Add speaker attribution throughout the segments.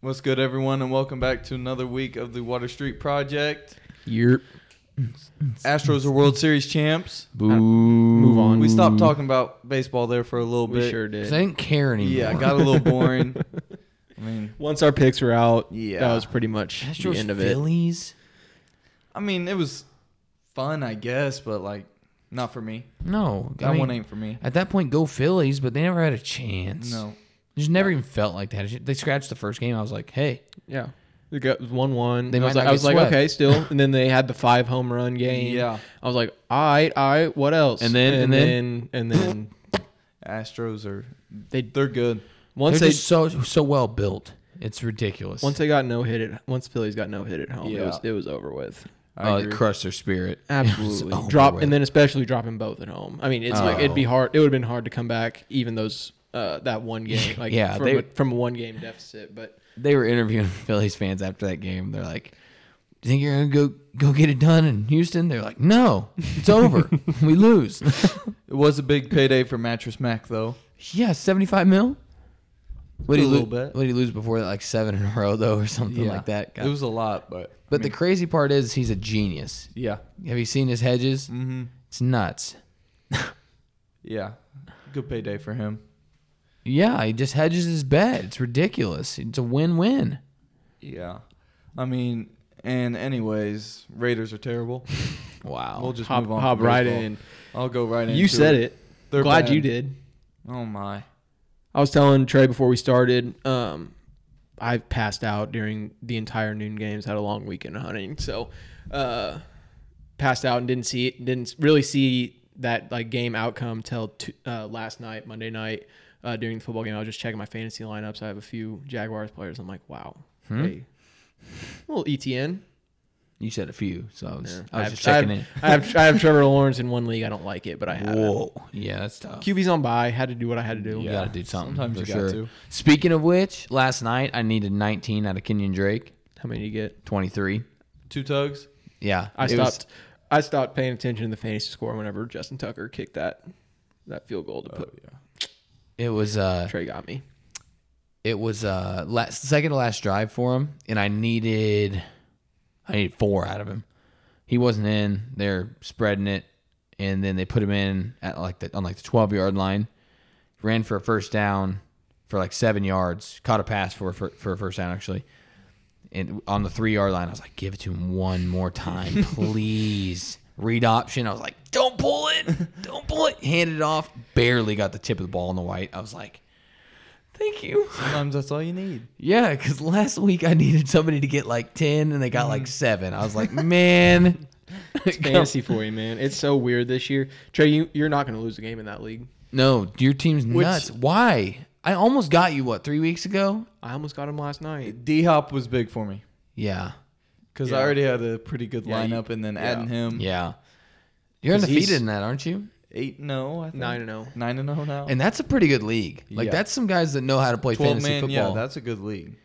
Speaker 1: What's good, everyone, and welcome back to another week of the Water Street Project.
Speaker 2: Yerp.
Speaker 1: Astros are World Series champs.
Speaker 2: Boo. Move on.
Speaker 1: We stopped talking about baseball there for a little bit.
Speaker 2: We sure
Speaker 3: Because
Speaker 2: did.
Speaker 3: I didn't care anymore.
Speaker 1: Yeah, it got a little boring. I mean,
Speaker 2: Once our picks were out,
Speaker 1: Yeah.
Speaker 2: that was pretty much
Speaker 3: Astros,
Speaker 2: the end of it.
Speaker 3: Phillies.
Speaker 1: I mean, it was fun, I guess, but like, not for me.
Speaker 3: No, I
Speaker 1: That
Speaker 3: mean,
Speaker 1: one ain't for me.
Speaker 3: At that point, go Phillies, but they never had a chance.
Speaker 1: No,
Speaker 3: just never even felt like that. They scratched the first game. I was like, hey,
Speaker 2: Yeah. They got one one.
Speaker 3: They
Speaker 2: I was
Speaker 3: might
Speaker 2: like,
Speaker 3: not
Speaker 2: I was
Speaker 3: get
Speaker 2: like
Speaker 3: swept.
Speaker 2: okay, still. And then they had the five home run game.
Speaker 1: Yeah.
Speaker 2: I was like, all right, all right, what else?
Speaker 3: And then- and
Speaker 2: then, and then
Speaker 1: Astros are
Speaker 2: They-
Speaker 1: they're good.
Speaker 2: once
Speaker 3: they're
Speaker 2: they
Speaker 3: just so so well built. It's ridiculous.
Speaker 2: once they got no hit at once Phillies got no hit at home, it
Speaker 1: Yeah.
Speaker 2: was it was over with.
Speaker 1: I
Speaker 3: uh, it
Speaker 1: agree.
Speaker 3: crushed their spirit. It was
Speaker 2: Absolutely.
Speaker 3: over
Speaker 2: Drop
Speaker 3: with.
Speaker 2: and then especially dropping both at home. I mean, it's like it'd be
Speaker 3: Oh.
Speaker 2: hard it would have been hard to come back even those uh, that one game like
Speaker 3: Yeah,
Speaker 2: from,
Speaker 3: they-
Speaker 2: a, from a one game deficit, but
Speaker 3: they were interviewing Phillies fans after that game. They're like, "Do you think you're gonna go go get it done in Houston?" They're like, "No, it's over. we lose."
Speaker 1: It was a big payday for Mattress Mac, though.
Speaker 3: yeah, seventy five mil. What did
Speaker 1: A
Speaker 3: he lose?
Speaker 1: little bit.
Speaker 3: What did he lose before that? Like seven in a row, though, or something like that.
Speaker 1: It was a lot, but
Speaker 3: But the crazy part is he's a genius.
Speaker 1: yeah,
Speaker 3: Have you seen his hedges?
Speaker 1: mm-hmm.
Speaker 3: It's nuts.
Speaker 1: yeah, good payday for him.
Speaker 3: Yeah, he just hedges his bet. It's ridiculous. It's a win-win.
Speaker 1: Yeah, I mean, and anyways, Raiders are terrible.
Speaker 3: Wow.
Speaker 1: We'll just
Speaker 2: hop,
Speaker 1: move on.
Speaker 2: hop
Speaker 1: from
Speaker 2: right
Speaker 1: baseball.
Speaker 2: in.
Speaker 1: I'll go right in.
Speaker 2: You said it.
Speaker 1: They're
Speaker 2: Glad
Speaker 1: bad.
Speaker 2: you did.
Speaker 1: Oh my.
Speaker 2: I was telling Trey before we started, um, I've passed out during the entire noon games. Had a long weekend of hunting, so uh, passed out and didn't see it. Didn't really see that like game outcome till t- uh, last night, Monday night. Uh, during the football game, I was just checking my fantasy lineups. I have a few Jaguars players. I'm like, wow,
Speaker 3: Hmm?
Speaker 2: hey, little ETN.
Speaker 3: You said a few, so I was,
Speaker 2: I
Speaker 3: I was
Speaker 2: have-
Speaker 3: just
Speaker 2: I have-
Speaker 3: checking in.
Speaker 2: I have I have Trevor Lawrence in one league. I don't like it, but I have him.
Speaker 3: Whoa. Yeah, that's tough.
Speaker 2: QB's on by. Had to do what I had to do.
Speaker 3: You gotta do something.
Speaker 1: Sometimes
Speaker 3: for
Speaker 1: you got
Speaker 3: sure.
Speaker 1: to.
Speaker 3: Speaking of which, last night I needed 19 out of Kenyon Drake,
Speaker 2: How many do you get?
Speaker 3: 23.
Speaker 1: Two tugs.
Speaker 3: Yeah,
Speaker 2: I
Speaker 3: it was-
Speaker 2: stopped. I stopped paying attention to the fantasy score whenever Justin Tucker kicked that that field goal
Speaker 3: Oh,
Speaker 2: to put
Speaker 3: it was uh,
Speaker 2: Trey got me.
Speaker 3: it was uh, last second to last drive for him, and I needed, I needed four out of him. He wasn't in. They're spreading it, and then they put him in at like the on like the 12 yard line, ran for a first down for like seven yards, caught a pass for for, for a first down actually. And on the three yard line, I was like, give it to him one more time, please. Read option. I was like, don't pull it. Don't pull it. Handed it off. Barely got the tip of the ball in the white. I was like, thank you.
Speaker 1: Sometimes that's all you need.
Speaker 3: Yeah, because last week I needed somebody to get like 10 and they got
Speaker 2: Mm-hmm.
Speaker 3: like seven. I was like, man.
Speaker 2: Fantasy for you, man. It's so weird this year. Trey, you, you're not going to lose a game in that league.
Speaker 3: no, your team's nuts. Why? I almost got you, what, three weeks ago?
Speaker 2: I almost got him last night.
Speaker 1: D Hop was big for me
Speaker 3: Yeah.
Speaker 1: because I
Speaker 2: Yeah.
Speaker 1: already had a pretty good
Speaker 2: Yeah, you-
Speaker 1: lineup, and then adding him
Speaker 3: Yeah. You're
Speaker 2: 'Cause
Speaker 3: undefeated
Speaker 2: he's-
Speaker 3: in that, aren't you?
Speaker 1: eight and zero, I think.
Speaker 2: Nine and zero.
Speaker 1: nine and zero now.
Speaker 3: And that's a pretty good league. Like,
Speaker 1: Yeah.
Speaker 3: that's some guys that know how to play
Speaker 1: twelve
Speaker 3: fantasy
Speaker 1: man.
Speaker 3: football.
Speaker 1: Yeah, that's a good league.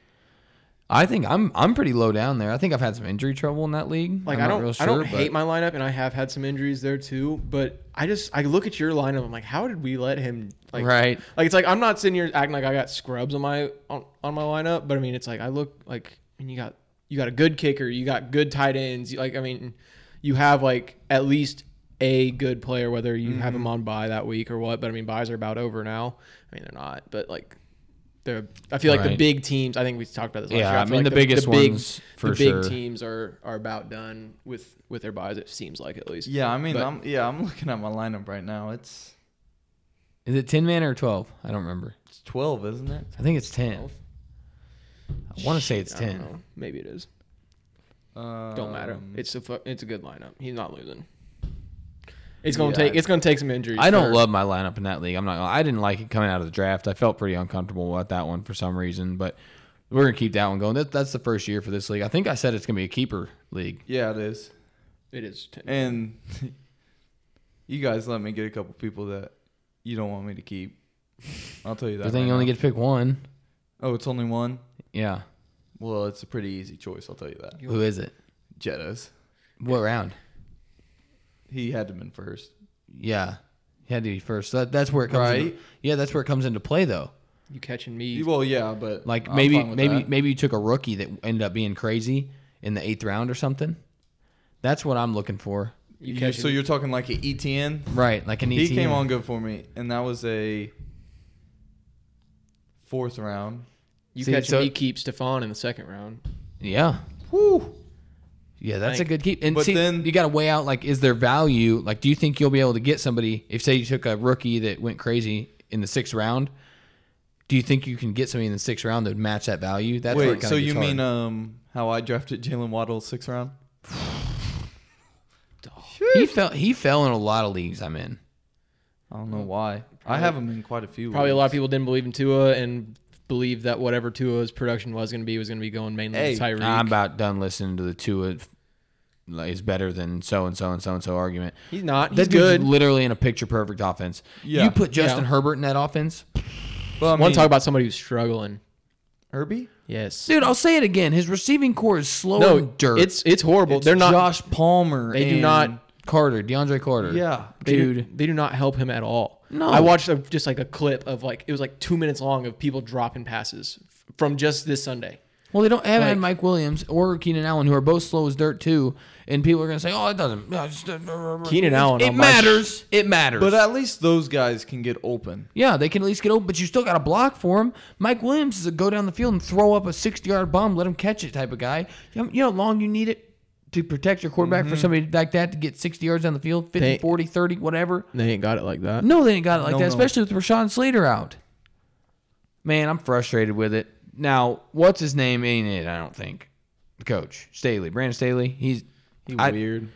Speaker 3: I think I'm I'm pretty low down there. I think I've had some injury trouble in that league.
Speaker 2: Like
Speaker 3: I'm
Speaker 2: I
Speaker 3: not
Speaker 2: don't,
Speaker 3: real
Speaker 2: I don't
Speaker 3: sure, but-
Speaker 2: hate my lineup, and I have had some injuries there too. But I just, I look at your lineup. I'm like, how did we let him? Like,
Speaker 3: Right.
Speaker 2: Like it's like I'm not sitting here acting like I got scrubs on my on, on my lineup, but I mean it's like I look like and you got you got a good kicker, you got good tight ends, you, like I mean you have like at least a good player whether you have
Speaker 3: Mm-hmm.
Speaker 2: him on bye that week or what, but I mean buys are about over now. I mean they're not, but like they're I feel like the
Speaker 3: Right.
Speaker 2: big teams, I think we talked about this last
Speaker 3: Yeah,
Speaker 2: year.
Speaker 3: I
Speaker 2: feel
Speaker 3: mean,
Speaker 2: like
Speaker 3: the biggest
Speaker 2: big-
Speaker 3: ones, for
Speaker 2: the big
Speaker 3: sure.
Speaker 2: teams are are about done with with their buys it seems like at least.
Speaker 1: Yeah, I mean,
Speaker 2: But-
Speaker 1: I'm yeah, I'm looking at my lineup right now. It's
Speaker 3: Is it 10 man or 12? I don't remember.
Speaker 1: it's twelve, isn't it?
Speaker 3: I think it's 10. I want to say it's
Speaker 2: I don't
Speaker 3: 10.
Speaker 2: know. Maybe it is.
Speaker 1: Um,
Speaker 2: Don't matter. It's a fu- it's a good lineup. He's not losing. It's gonna
Speaker 1: Yeah,
Speaker 2: take
Speaker 1: I-
Speaker 2: it's gonna take some injuries.
Speaker 3: I don't
Speaker 2: for-
Speaker 3: love my lineup in that league. I'm not. gonna- I didn't like it coming out of the draft. I felt pretty uncomfortable at that one for some reason. But we're gonna keep that one going. That, that's the first year for this league. I think I said it's gonna be a keeper league.
Speaker 1: yeah, it is.
Speaker 2: it is. Ten.
Speaker 1: And you guys let me get a couple people that you don't want me to keep. I'll tell you that.
Speaker 3: But then
Speaker 1: right
Speaker 3: you only
Speaker 1: now.
Speaker 3: get to pick one.
Speaker 1: oh, it's only one.
Speaker 3: Yeah.
Speaker 1: Well, it's a pretty easy choice. I'll tell you that.
Speaker 3: Who is it?
Speaker 1: Jettas.
Speaker 3: What round?
Speaker 1: He had to been first.
Speaker 3: Yeah. He had to be first. That, that's where it comes.
Speaker 1: Right.
Speaker 3: Into, yeah, that's where it comes into play though.
Speaker 2: You catching me?
Speaker 1: Well, yeah, but
Speaker 3: Like
Speaker 1: I'm
Speaker 3: maybe
Speaker 1: fine with
Speaker 3: maybe
Speaker 1: that.
Speaker 3: maybe you took a rookie that ended up being crazy in the eighth round or something. That's what I'm looking for.
Speaker 2: You
Speaker 1: You-
Speaker 2: catching?
Speaker 1: so you're talking like an ETN.
Speaker 3: Right, like an E ETN.
Speaker 1: He came on good for me, and that was a fourth round.
Speaker 2: you
Speaker 3: See,
Speaker 2: catching
Speaker 3: so-
Speaker 2: me? Keep Stefan in the second round.
Speaker 3: Yeah. Woo. Yeah, that's
Speaker 2: Thank-
Speaker 3: a good keep. And
Speaker 1: But
Speaker 3: see,
Speaker 1: then-
Speaker 3: you got to weigh out like, is there value? Like, do you think you'll be able to get somebody? If say you took a rookie that went crazy in the sixth round, do you think you can get somebody in the sixth round that would match that value? That's where it
Speaker 1: Wait,
Speaker 3: kinda
Speaker 1: so
Speaker 3: gets
Speaker 1: you
Speaker 3: hard.
Speaker 1: mean um how I drafted Jalen Waddle sixth round?
Speaker 3: he fell? He fell in a lot of leagues I'm in.
Speaker 1: I don't know why. I have him in quite a few.
Speaker 2: Probably a
Speaker 1: leagues.
Speaker 2: lot of people didn't believe in Tua and believed that whatever Tua's production was going to be was going to be going mainly
Speaker 1: Hey,
Speaker 2: to Tyreek.
Speaker 3: I'm about done listening to the two of like, is better than so and so and so and so argument.
Speaker 2: he's not. He's
Speaker 3: That
Speaker 2: good.
Speaker 3: dude's literally in a picture perfect offense.
Speaker 1: Yeah.
Speaker 3: You put Justin
Speaker 2: Yeah.
Speaker 3: Herbert in that offense,
Speaker 1: But I
Speaker 2: Want
Speaker 1: mean,
Speaker 2: to talk about somebody who's struggling?
Speaker 1: Herbie?
Speaker 2: Yes.
Speaker 3: dude. I'll say it again. His receiving core is slow
Speaker 2: no,
Speaker 3: and dirt.
Speaker 2: it's it's horrible. They're not.
Speaker 1: Josh Palmer.
Speaker 2: they do
Speaker 1: and-
Speaker 2: not.
Speaker 3: Carter, DeAndre Carter.
Speaker 1: Yeah,
Speaker 2: They do-
Speaker 3: dude.
Speaker 2: they do not help him at all.
Speaker 3: No.
Speaker 2: I watched a, just like a clip of like it was like two minutes long of people dropping passes f- from just this Sunday.
Speaker 3: Well, they don't have
Speaker 2: Like-
Speaker 3: had Mike Williams or Keenan Allen, who are both slow as dirt too. And people are gonna say, "Oh, it doesn't." no, uh, it's-
Speaker 2: Keenan Allen
Speaker 3: It
Speaker 2: on my sh-
Speaker 3: matters. it matters.
Speaker 1: But at least those guys can get open.
Speaker 3: yeah, they can at least get open. But you still got to block for him. Mike Williams is a go down the field and throw up a sixty-yard bomb, let him catch it type of guy. You know, you know how long you need it to protect your quarterback for somebody like that to get sixty yards down the field, 50,
Speaker 2: Mm-hmm. They-
Speaker 3: 40, 30, whatever.
Speaker 2: They ain't got it like that.
Speaker 3: No, they ain't got it like
Speaker 1: No,
Speaker 3: that,
Speaker 1: no.
Speaker 3: especially with Rashawn Slater out. Man, I'm frustrated with it. Now, what's his name? Ain't it? I don't think the coach Staley, Brandon Staley. He's
Speaker 1: He
Speaker 3: I-
Speaker 1: weird.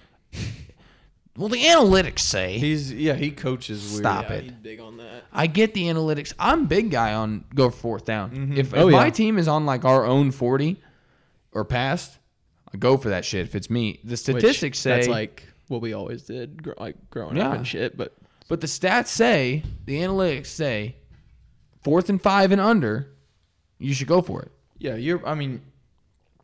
Speaker 3: well, the analytics say.
Speaker 1: He's yeah. He coaches weird.
Speaker 3: Stop
Speaker 2: Yeah,
Speaker 3: it.
Speaker 2: he's big on that.
Speaker 3: I get the analytics. I'm big guy on go for fourth down.
Speaker 1: Mm-hmm.
Speaker 3: If, if
Speaker 2: Oh,
Speaker 3: my
Speaker 2: yeah.
Speaker 3: team is on like our own forty or past, I go for that shit. If it's me, the
Speaker 2: Which,
Speaker 3: statistics say
Speaker 2: that's like what we always did, gr- like growing
Speaker 3: Yeah.
Speaker 2: up and shit. But
Speaker 3: But the stats say, the analytics say, fourth and five and under, you should go for it.
Speaker 1: Yeah, you're. I mean,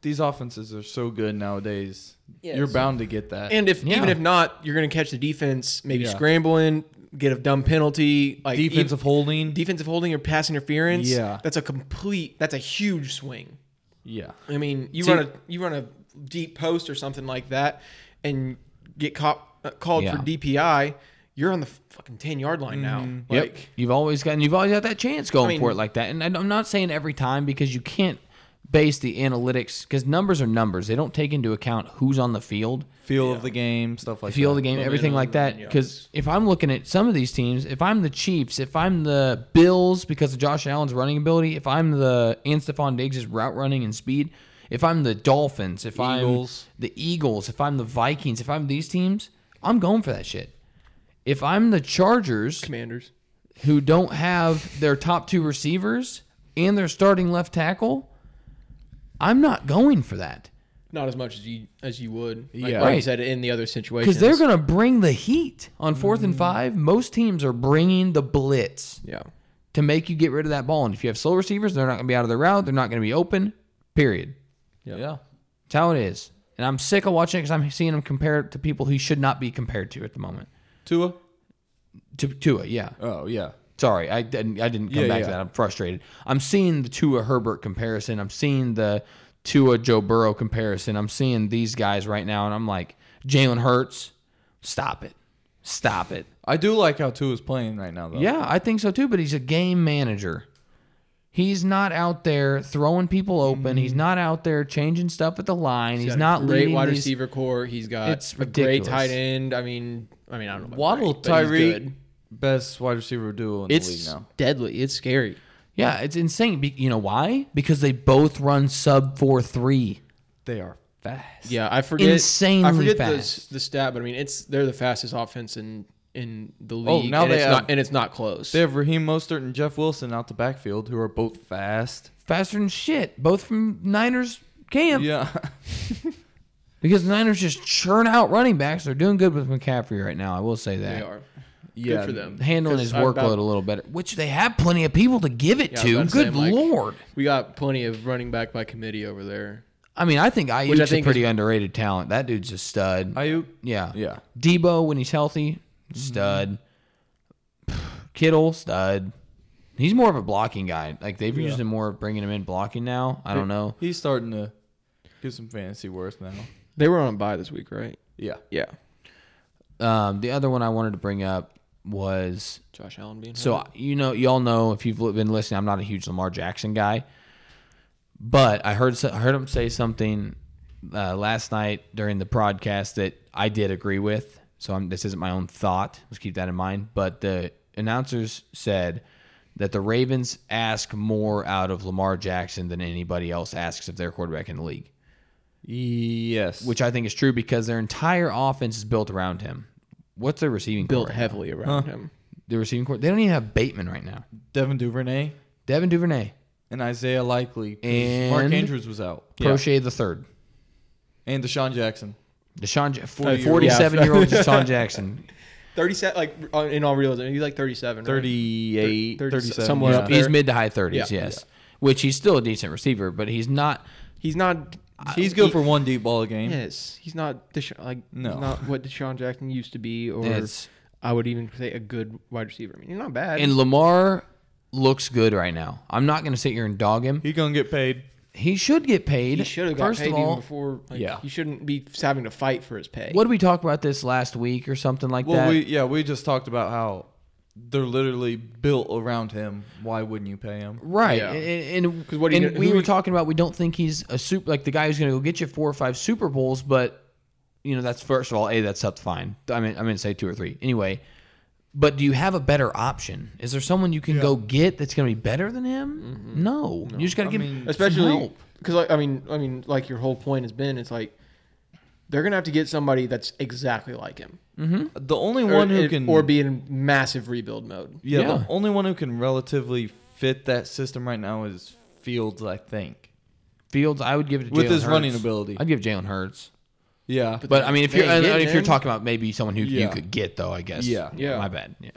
Speaker 1: these offenses are so good nowadays.
Speaker 2: Yes.
Speaker 1: You're bound to get that.
Speaker 2: and if
Speaker 3: Yeah.
Speaker 2: even if not, you're gonna catch the defense maybe
Speaker 1: Yeah.
Speaker 2: scrambling, get a dumb penalty, like ev-
Speaker 1: defensive holding.
Speaker 2: defensive holding or pass interference.
Speaker 1: Yeah.
Speaker 2: that's a complete. That's a huge swing.
Speaker 1: yeah.
Speaker 2: I mean, you
Speaker 3: See-
Speaker 2: run a you run a deep post or something like that, and get caught uh, called for
Speaker 3: Yeah.
Speaker 2: DPI. You're on the fucking ten yard line now.
Speaker 3: Mm-hmm.
Speaker 2: Like,
Speaker 3: You've always gotten, you've always had that chance going
Speaker 2: I mean-
Speaker 3: for it like that. And I- I'm not saying every time because you can't base the analytics because numbers are numbers. They don't take into account who's on the field,
Speaker 1: Feel of the game, stuff like
Speaker 3: feel
Speaker 1: that.
Speaker 3: of the game,
Speaker 2: Momentum
Speaker 3: everything like
Speaker 2: and
Speaker 3: that.
Speaker 2: yards.
Speaker 3: Because if I'm looking at some of these teams, if I'm the Chiefs, if I'm the Bills because of Josh Allen's running ability, if I'm the and Stephon Diggs' route running and speed, if I'm the Dolphins, if
Speaker 1: Eagles.
Speaker 3: I'm the Eagles, if I'm the Vikings, if I'm these teams, I'm going for that shit. If I'm the Chargers,
Speaker 2: Commanders.
Speaker 3: who don't have their top two receivers and their starting left tackle, I'm not going for that
Speaker 2: Not as much as you as you would. Like,
Speaker 1: Yeah.
Speaker 2: like you
Speaker 3: Right.
Speaker 2: said in the other situations.
Speaker 3: because they're going to bring the heat on fourth and five. Most teams are bringing the blitz
Speaker 2: yeah.
Speaker 3: to make you get rid of that ball. And if you have slow receivers, they're not going to be out of their route. They're not going to be open. Period.
Speaker 2: Yeah.
Speaker 3: That's how it is. And I'm sick of watching it because I'm seeing him compared to people he should not be compared to at the moment.
Speaker 1: Tua.
Speaker 3: To Tua, yeah.
Speaker 1: Oh yeah.
Speaker 3: Sorry, I didn't. I didn't come
Speaker 1: Yeah,
Speaker 3: back
Speaker 1: yeah.
Speaker 3: to that. I'm frustrated. I'm seeing the Tua Herbert comparison. I'm seeing the Tua Joe Burrow comparison. I'm seeing these guys right now, and I'm like, Jalen Hurts, stop it, stop it.
Speaker 1: I do like how Tua's playing right
Speaker 2: Oh.
Speaker 1: now though.
Speaker 3: Yeah, I think so too. But he's a game manager. He's not out there throwing people open. He's not out there changing stuff at the line. He's,
Speaker 2: Mm-hmm. got a
Speaker 3: not
Speaker 2: great
Speaker 3: leading
Speaker 2: wide
Speaker 3: these-
Speaker 2: receiver core. He's got
Speaker 3: It's
Speaker 2: a
Speaker 3: ridiculous.
Speaker 2: great tight end. I mean, I mean, I don't know. About
Speaker 1: Waddle,
Speaker 2: great, but he's
Speaker 1: Tyreek,
Speaker 2: good.
Speaker 1: best wide receiver duo in
Speaker 2: It's
Speaker 1: the league now.
Speaker 2: deadly. It's scary.
Speaker 3: Yeah, it's insane. Be- you know why? Because they both run sub four three.
Speaker 1: They are fast.
Speaker 2: Yeah, I forget.
Speaker 3: Insanely
Speaker 2: I forget
Speaker 3: fast.
Speaker 2: The, the stat, but I mean, it's they're the fastest offense in in the league.
Speaker 1: Oh, now
Speaker 2: and
Speaker 1: they
Speaker 2: it's
Speaker 1: have-
Speaker 2: not, and it's not close.
Speaker 1: They have Raheem Mostert and Jeff Wilson out the backfield, who are both fast.
Speaker 3: faster than shit. Both from Niners camp
Speaker 1: Yeah.
Speaker 3: because the Niners just churn out running backs. They're doing good with McCaffrey right now. I will say that
Speaker 2: They are.
Speaker 1: yeah.
Speaker 2: Good for them.
Speaker 3: handling
Speaker 2: 'Cause
Speaker 3: his
Speaker 2: I'm
Speaker 3: workload
Speaker 2: about-
Speaker 3: a little better, which they have plenty of people to give it
Speaker 2: Yeah, I was
Speaker 3: to.
Speaker 2: about to say,
Speaker 3: Good
Speaker 2: like-
Speaker 3: lord!
Speaker 2: We got plenty of running back by committee over there.
Speaker 3: I mean, I think
Speaker 2: Which I
Speaker 3: Ayuk's
Speaker 2: think
Speaker 3: a pretty underrated talent. That dude's a stud.
Speaker 1: Ayuk.
Speaker 3: yeah,
Speaker 1: Yeah.
Speaker 3: Debo when he's healthy, stud. Kittle, stud. He's more of a blocking guy. Like they've used him more bringing him in blocking now. I don't know.
Speaker 1: He's starting to get some fantasy worth now.
Speaker 2: They were on a bye this week, right?
Speaker 1: Yeah.
Speaker 2: Yeah.
Speaker 3: Um, the other one I wanted to bring up was
Speaker 2: Josh Allen being
Speaker 3: So
Speaker 2: hurt.
Speaker 3: you know, y'all know if you've been listening, I'm not a huge Lamar Jackson guy, but I heard I heard him say something uh, last night during the broadcast that I did agree with. So I'm, this isn't my own thought. Let's keep that in mind. But the announcers said that the Ravens ask more out of Lamar Jackson than anybody else asks of their quarterback in the league
Speaker 1: Yes.
Speaker 3: which I think is true because their entire offense is built around him. What's their receiving
Speaker 2: built
Speaker 3: core?
Speaker 2: heavily around him.
Speaker 3: Their receiving core. They don't even have Bateman right now.
Speaker 1: Devin Duvernay
Speaker 3: Devin Duvernay,
Speaker 1: and Isaiah Likely. 'cause
Speaker 3: And-
Speaker 1: Mark Andrews was out.
Speaker 3: Prochet the third,
Speaker 1: And Deshaun Jackson.
Speaker 3: Deshaun,
Speaker 1: year old.
Speaker 3: forty-seven year old Deshaun Jackson.
Speaker 2: Thirty-seven, like on- in all realism, he's like thirty-seven.
Speaker 1: 38,
Speaker 2: Thir-
Speaker 1: 37.
Speaker 2: somewhere
Speaker 1: yeah.
Speaker 2: up there.
Speaker 3: He's mid to high thirties,
Speaker 2: Yeah.
Speaker 3: yes. Which he's still a decent receiver, but he's not.
Speaker 2: He's not.
Speaker 1: He's good for one deep ball a game.
Speaker 2: Yes, he's not Desha- like
Speaker 1: No.
Speaker 2: he's not what Deshaun Jackson used to be, or
Speaker 3: It's-
Speaker 2: I would even say a good wide receiver. I mean, you're not bad.
Speaker 3: And Lamar looks good right now. I'm not going to sit here and dog him.
Speaker 1: He going to get paid.
Speaker 3: He should get paid.
Speaker 2: he should have got
Speaker 3: First
Speaker 2: paid
Speaker 3: of
Speaker 2: even
Speaker 3: all,
Speaker 2: before. Like,
Speaker 1: yeah.
Speaker 2: he shouldn't be having to fight for his pay.
Speaker 3: what did we talk about this last week or something like
Speaker 1: Well,
Speaker 3: that?
Speaker 1: we yeah, we just talked about how they're literally built around him. Why wouldn't you pay him?
Speaker 3: Right.
Speaker 2: Yeah.
Speaker 3: And, and,
Speaker 2: 'Cause what are you
Speaker 3: and
Speaker 2: gonna-
Speaker 3: we
Speaker 2: who
Speaker 3: were
Speaker 2: you-
Speaker 3: talking about we don't think he's a super like the guy who's going to go get you four or five Super Bowls, but you know that's first of all, a that's up fine. I mean, I'm going to say two or three anyway. But do you have a better option? Is there someone you can go get that's going to be better than him? No. you just got to give him some
Speaker 2: especially
Speaker 3: help.
Speaker 2: because like, I mean, I mean, like your whole point has been, it's like they're gonna have to get somebody that's exactly like him,
Speaker 1: The only
Speaker 2: or,
Speaker 1: one who
Speaker 2: it-
Speaker 1: can
Speaker 2: or be in massive rebuild mode.
Speaker 1: yeah,
Speaker 3: Yeah.
Speaker 1: the only one who can relatively fit that system right now is Fields, I think.
Speaker 3: Fields. I would give it to
Speaker 1: With
Speaker 3: Jalen
Speaker 1: his running
Speaker 3: Hurts.
Speaker 1: ability.
Speaker 3: I'd give Jalen Hurts.
Speaker 1: Yeah.
Speaker 3: But I mean, if
Speaker 2: they
Speaker 3: you're and,
Speaker 2: ain't
Speaker 3: and if
Speaker 2: getting
Speaker 3: you're
Speaker 2: him.
Speaker 3: talking about maybe someone who you
Speaker 1: Yeah.
Speaker 3: could get though, I guess.
Speaker 1: Yeah.
Speaker 2: Yeah.
Speaker 3: My bad. Yeah.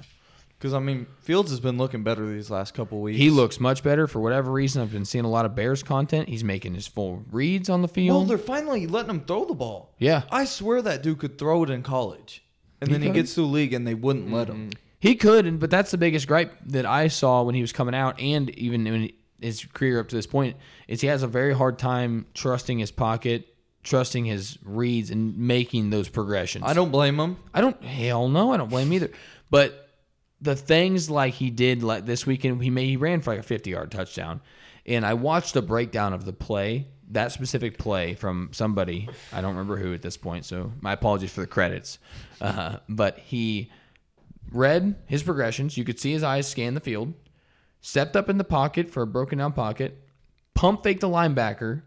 Speaker 1: Because I mean, Fields has been looking better these last couple weeks.
Speaker 3: He looks much better for whatever reason. I've been seeing a lot of Bears content. He's making his full reads on the
Speaker 1: Well,
Speaker 3: field.
Speaker 1: they're finally letting him throw the ball.
Speaker 3: Yeah.
Speaker 1: I swear that dude could throw it in college, and
Speaker 3: He
Speaker 1: then he
Speaker 3: could.
Speaker 1: gets to the league and they wouldn't let him.
Speaker 3: he could, and but that's the biggest gripe that I saw when he was coming out, and even in his career up to this point, is he has a very hard time trusting his pocket, trusting his reads, and making those progressions.
Speaker 1: I don't blame him.
Speaker 3: I don't. Hell no, I don't blame him either. But the things like he did like this weekend, he made he ran for like a fifty yard touchdown, and I watched a breakdown of the play, that specific play from somebody I don't remember who at this point. So my apologies for the credits, uh, but he read his progressions. You could see his eyes scan the field, stepped up in the pocket for a broken down pocket, pump faked the linebacker,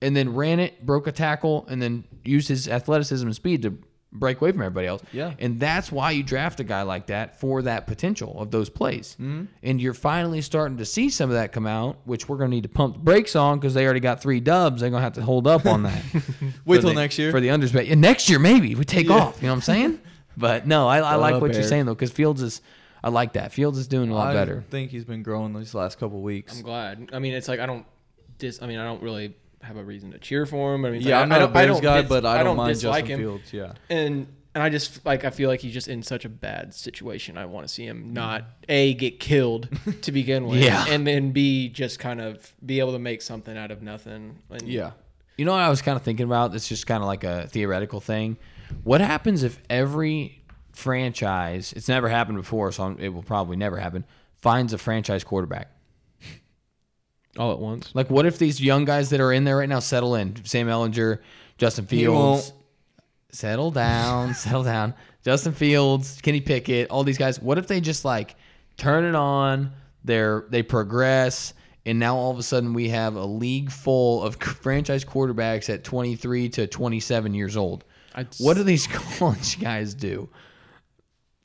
Speaker 3: and then ran it, broke a tackle, and then used his athleticism and speed to break away from everybody else.
Speaker 1: Yeah.
Speaker 3: And that's why you draft a guy like that for that potential of those plays. Mm-hmm. And you're finally starting to see some of that come out, which we're going to need to pump the brakes on because they already got three dubs. They're going to have to hold up on that.
Speaker 1: Wait till
Speaker 3: for the-
Speaker 1: next year.
Speaker 3: For the unders. But yeah, next year, maybe we take off. You know what I'm saying? But no, I, I like
Speaker 1: Uh,
Speaker 3: what you're
Speaker 1: Bears.
Speaker 3: saying, though, because Fields is, I like that. Fields is doing a lot
Speaker 1: I
Speaker 3: better.
Speaker 1: think he's been growing these last couple weeks.
Speaker 2: I'm glad. I mean, it's like I don't dis. I mean, I don't really have a reason to cheer for him. I mean, it's
Speaker 1: yeah,
Speaker 2: like,
Speaker 1: I'm
Speaker 2: I- I
Speaker 1: not a
Speaker 2: don't- I
Speaker 1: Bears
Speaker 2: don't
Speaker 1: guy,
Speaker 2: dis-
Speaker 1: but I don't, mind
Speaker 2: dislike
Speaker 1: Justin
Speaker 2: him.
Speaker 1: Fields. Yeah.
Speaker 2: And and I just like I feel like he's just in such a bad situation. I want to see him not a get killed to begin with,
Speaker 3: Yeah.
Speaker 2: and then b just kind of be able to make something out of nothing. And
Speaker 1: Yeah.
Speaker 3: You know what I was kind of thinking about? It's just kind of like a theoretical thing. What happens if every franchise, it's never happened before, so I'm- it will probably never happen, finds a franchise quarterback?
Speaker 2: all at once.
Speaker 3: Like, what if these young guys that are in there right now settle in? Sam Ellinger, Justin Fields.
Speaker 1: won't.
Speaker 3: Settle down, settle down. Justin Fields, Kenny Pickett, all these guys. What if they just like turn it on? They're they progress, and now all of a sudden we have a league full of franchise quarterbacks at 23 to 27 years old.
Speaker 2: I'd
Speaker 3: What do these college guys do?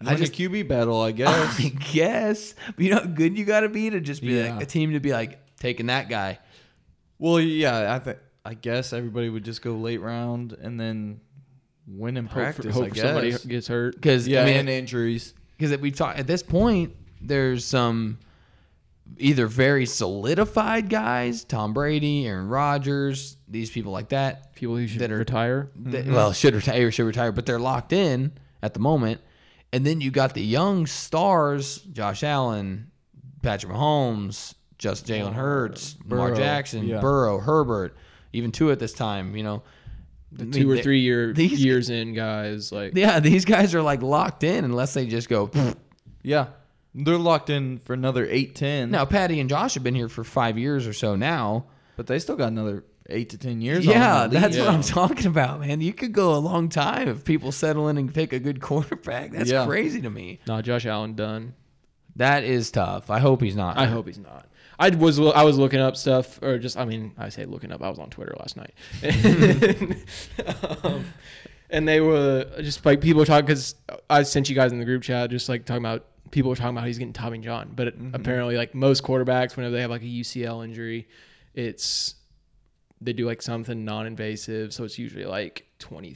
Speaker 1: I just QB battle, I guess.
Speaker 3: I guess. But you know how good you got to be to just be
Speaker 1: Yeah.
Speaker 3: like a team to be like taking that guy.
Speaker 1: well, yeah, I think I guess everybody would just go late round and then win in practice. I guess.
Speaker 2: somebody gets hurt.
Speaker 3: Because
Speaker 1: yeah,
Speaker 3: I mean,
Speaker 1: and injuries.
Speaker 3: because we've talked at this point there's some either very solidified guys tom brady aaron rodgers these people like that
Speaker 2: People who should
Speaker 3: that are-
Speaker 2: retire. Mm-hmm.
Speaker 3: that, well should retire should retire but they're locked in at the moment and then you got the young stars josh allen Pat- Patrick Mahomes, just
Speaker 2: Uh,
Speaker 3: Jalen Hurts, Lamar
Speaker 1: Burrow,
Speaker 3: Jackson,
Speaker 1: yeah.
Speaker 3: Burrow, Herbert, even two at this time. You know,
Speaker 2: The
Speaker 3: I mean,
Speaker 2: two or
Speaker 3: they-
Speaker 2: three year
Speaker 3: these-
Speaker 2: years in guys like
Speaker 3: Yeah, these guys are like locked in unless they just go.
Speaker 1: Yeah. They're locked in for another eight ten.
Speaker 3: Now Patty and Josh have been here for five years or so now.
Speaker 1: But they still got another eight to ten years. on
Speaker 3: Yeah,
Speaker 1: them at
Speaker 3: that's
Speaker 1: least.
Speaker 3: what I'm talking about, man. You could go a long time if people settle in and pick a good quarterback. That's
Speaker 1: Yeah.
Speaker 3: crazy to me.
Speaker 2: nah, Josh Allen done.
Speaker 3: That is tough. I hope he's not.
Speaker 2: I hope he's not. I was I was looking up stuff, or just I mean, I say looking up. I was on Twitter last night, and, um, and they were just like people were talking because I sent you guys in the group chat, just like talking about people were talking about he's getting Tommy John, but it, apparently, like most quarterbacks, whenever they have like a UCL injury, it's they do like something non-invasive, so it's usually like twenty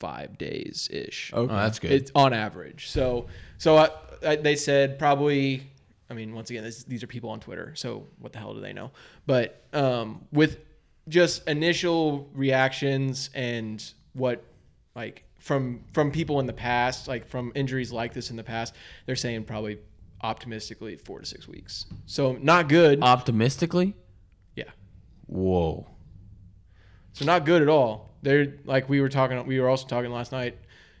Speaker 2: five days ish.
Speaker 1: Okay.
Speaker 3: Oh, that's good.
Speaker 2: It's on average. So so I, I, they said probably. I mean, once again, this, these are people on Twitter, so what the hell do they know? But um, with just initial reactions and what like from from people in the past, like from injuries like this in the past, they're saying probably optimistically four to six weeks. So not good.
Speaker 3: Uh, Optimistically,
Speaker 2: yeah.
Speaker 3: whoa.
Speaker 2: So not good at all. They're like we were talking. We were also talking last night,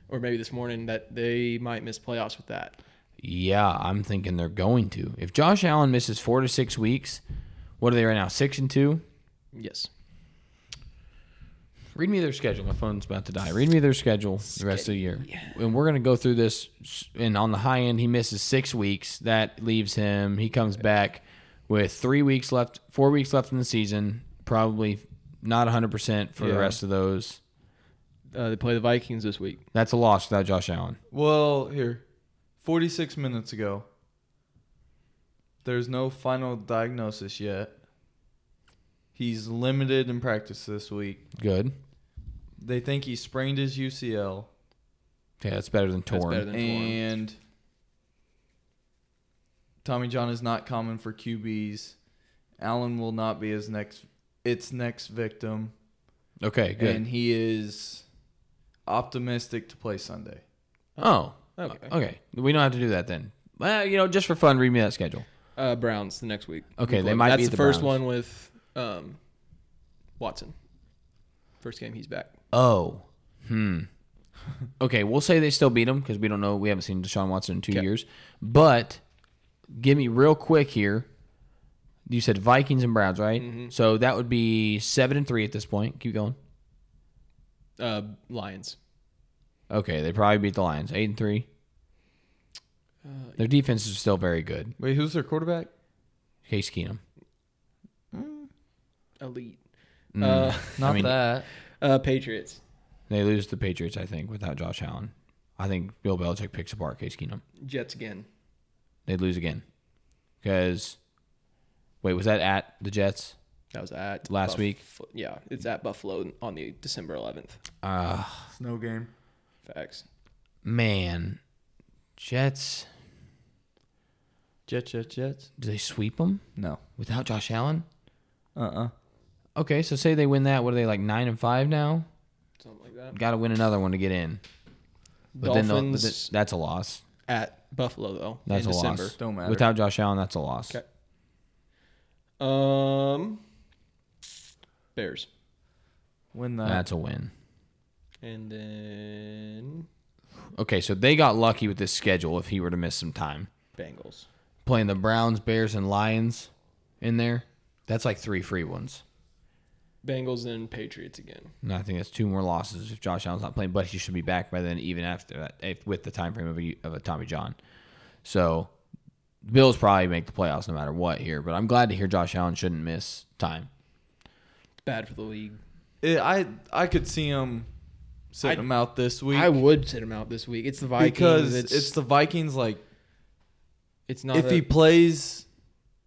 Speaker 2: or maybe this morning, that they might miss playoffs with that.
Speaker 3: Yeah, I'm thinking they're going to. If Josh Allen misses four to six weeks, what are they right now? Six and two.
Speaker 2: Yes.
Speaker 3: Read me their schedule. My phone's about to die. Read me their schedule the rest of the year. And we're going to go through this. s- And on the high end, he misses six weeks. That leaves him. He comes back with three weeks left, four weeks left in the season. Probably not 100% for the
Speaker 1: Yeah.
Speaker 3: rest of those.
Speaker 2: Uh, they play the Vikings this week.
Speaker 3: That's a loss without Josh Allen.
Speaker 1: Well, here, forty-six minutes ago. There's no final diagnosis yet. He's limited in practice this week.
Speaker 3: Good.
Speaker 1: They think he sprained his UCL
Speaker 3: Yeah, that's better than
Speaker 2: That's
Speaker 3: torn.
Speaker 2: better than Torn.
Speaker 1: and Tommy John is not common for QBs. Allen will not be his next its next victim.
Speaker 3: okay, good.
Speaker 1: and he is optimistic to play Sunday.
Speaker 3: oh,
Speaker 2: Okay.
Speaker 3: okay. We don't have to do that then. Well, you know, just for fun, read me that schedule.
Speaker 2: Uh, Browns the next week.
Speaker 3: Okay,
Speaker 2: We
Speaker 3: they
Speaker 2: play-
Speaker 3: might
Speaker 2: That's
Speaker 3: beat
Speaker 2: the,
Speaker 3: the
Speaker 2: first
Speaker 3: Browns.
Speaker 2: one with um, Watson. First game he's back.
Speaker 3: Oh. Hmm. Okay, we'll say they still beat him because we don't know. We haven't seen Deshaun Watson in two
Speaker 2: Okay.
Speaker 3: years. But give me real quick here. You said Vikings and Browns, right? So that would be seven and three at this point. Keep going.
Speaker 2: Uh, Lions.
Speaker 3: Okay, they probably beat the Lions. Eight and three. Their defense is still very good.
Speaker 1: Wait, who's their quarterback?
Speaker 3: Case Keenum.
Speaker 2: Elite.
Speaker 3: Mm.
Speaker 1: Not
Speaker 3: mean-
Speaker 1: that.
Speaker 2: Uh, uh, Patriots.
Speaker 3: They lose to the Patriots, I think, without Josh Allen. I think Bill Belichick picks apart Case Keenum.
Speaker 2: Jets again.
Speaker 3: They lose again. Because, wait, was that at the Jets?
Speaker 2: That was at
Speaker 3: Last week?
Speaker 2: Yeah, it's at Buffalo on the December 11th.
Speaker 3: Uh,
Speaker 1: Snow game.
Speaker 2: Facts.
Speaker 3: man, Jets.
Speaker 1: Jets, Jets, Jets.
Speaker 3: Do they sweep them
Speaker 1: No.
Speaker 3: without Josh Allen?
Speaker 1: Uh uh
Speaker 3: Okay, so say they win that. What are they like nine and five now?
Speaker 2: Something like that.
Speaker 3: Got to win another one to get in. But then they'll- but
Speaker 2: Dolphins
Speaker 3: th- that's a loss.
Speaker 2: at Buffalo though
Speaker 3: That's
Speaker 2: in
Speaker 3: a
Speaker 2: December.
Speaker 3: loss.
Speaker 1: Don't matter.
Speaker 3: Without Josh Allen, that's a loss.
Speaker 2: Okay. Um, Bears,
Speaker 1: Win
Speaker 2: Uh,
Speaker 1: that.
Speaker 3: That's a win.
Speaker 2: and then
Speaker 3: Okay, so they got lucky with this schedule. If he were to miss some time
Speaker 2: Bengals.
Speaker 3: playing the Browns, Bears, and Lions in there, that's like three free ones.
Speaker 2: Bengals and Patriots again.
Speaker 3: And I think that's two more losses if Josh Allen's not playing, but he should be back by then, even after that, if, with the time frame of a, of a Tommy John. So, Bills probably make the playoffs no matter what here, but I'm glad to hear Josh Allen shouldn't miss time.
Speaker 2: Bad for the league.
Speaker 1: It- I I could see him sitting
Speaker 2: I-
Speaker 1: him out this week
Speaker 2: I would sit him out this week. It's the Vikings.
Speaker 1: because
Speaker 2: it's
Speaker 1: it's,
Speaker 2: it's,
Speaker 1: the Vikings. Like
Speaker 2: not.
Speaker 1: if
Speaker 2: a-
Speaker 1: he plays,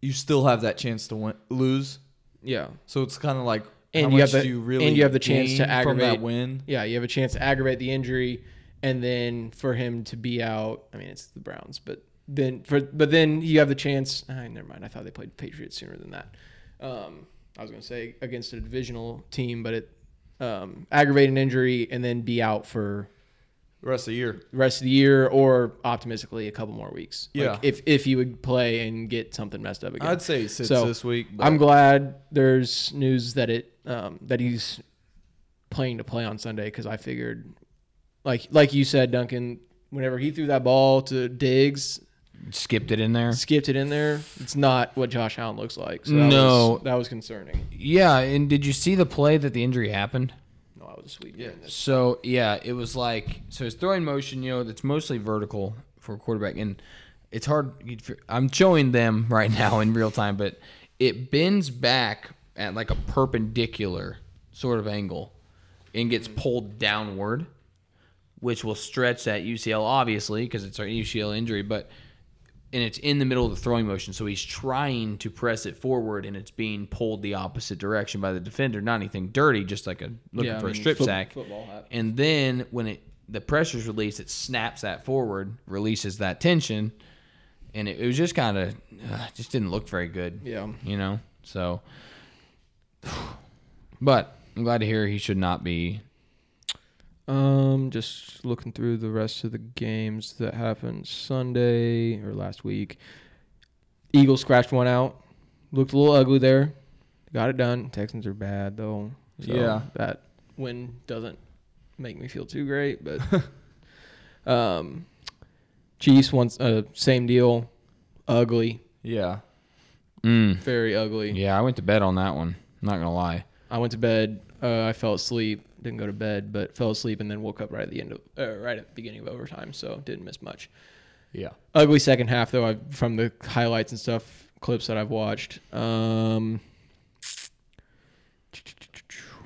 Speaker 1: you still have that chance to win, lose.
Speaker 2: yeah
Speaker 1: So it's kind of like
Speaker 2: And
Speaker 1: how
Speaker 2: you
Speaker 1: much
Speaker 2: have the-
Speaker 1: do you really
Speaker 2: and you have the chance
Speaker 1: gain
Speaker 2: to
Speaker 1: from
Speaker 2: aggravate-
Speaker 1: that win.
Speaker 2: yeah you have a chance to aggravate the injury, and then for him to be out. I mean it's the Browns, but then for but then you have the chance. ah, never mind. I thought they played Patriots sooner than that. Um, I was gonna say against a divisional team, but it um, aggravate an injury and then be out for
Speaker 1: the rest of the year.
Speaker 2: the rest of the year or optimistically a couple more weeks. Like,
Speaker 1: Yeah.
Speaker 2: if if you would play and get something messed up again.
Speaker 1: I'd say he sits
Speaker 2: So,
Speaker 1: this week. But
Speaker 2: I'm glad there's news that it um, that he's playing to play on Sunday because I figured, like like you said, Duncan, whenever he threw that ball to Diggs,
Speaker 3: Skipped it in there.
Speaker 2: skipped it in there. It's not what Josh Allen looks like. So that
Speaker 3: No.
Speaker 2: was, that was concerning.
Speaker 3: Yeah, and did you see the play that the injury happened?
Speaker 2: No, I was a sweet yeah.
Speaker 3: So yeah, it was like so his throwing motion, you know, that's mostly vertical for a quarterback, and it's hard. you'd fi- I'm showing them right now in real time, but it bends back at like a perpendicular sort of angle, and gets pulled downward, which will stretch that UCL obviously because it's an UCL injury, but and it's in the middle of the throwing motion, so he's trying to press it forward, and it's being pulled the opposite direction by the defender. Not anything dirty, just like a looking
Speaker 2: Yeah, I
Speaker 3: for a
Speaker 2: mean,
Speaker 3: strip
Speaker 2: foot-
Speaker 3: sack.
Speaker 2: football hat.
Speaker 3: And then when it the pressure's released, it snaps that forward, releases that tension, and it, it was just kind of uh, just didn't look very good.
Speaker 2: Yeah.
Speaker 3: you know. So, but I'm glad to hear he should not be.
Speaker 2: Um, just looking through the rest of the games that happened Sunday or last week. Eagles scratched one out. Looked a little ugly there. Got it done. Texans are bad though.
Speaker 1: Yeah.
Speaker 2: That win doesn't make me feel too great, but um Chiefs once uh same deal. Ugly.
Speaker 1: yeah,
Speaker 3: Mm.
Speaker 2: Very ugly.
Speaker 3: Yeah, I went to bed on that one. I'm not gonna lie.
Speaker 2: I went to bed. Uh, I fell asleep. Didn't go to bed, but fell asleep and then woke up right at the end of uh, right at the beginning of overtime. So didn't miss much.
Speaker 1: yeah.
Speaker 2: Ugly second half though. I from the highlights and stuff, clips that I've watched. Um,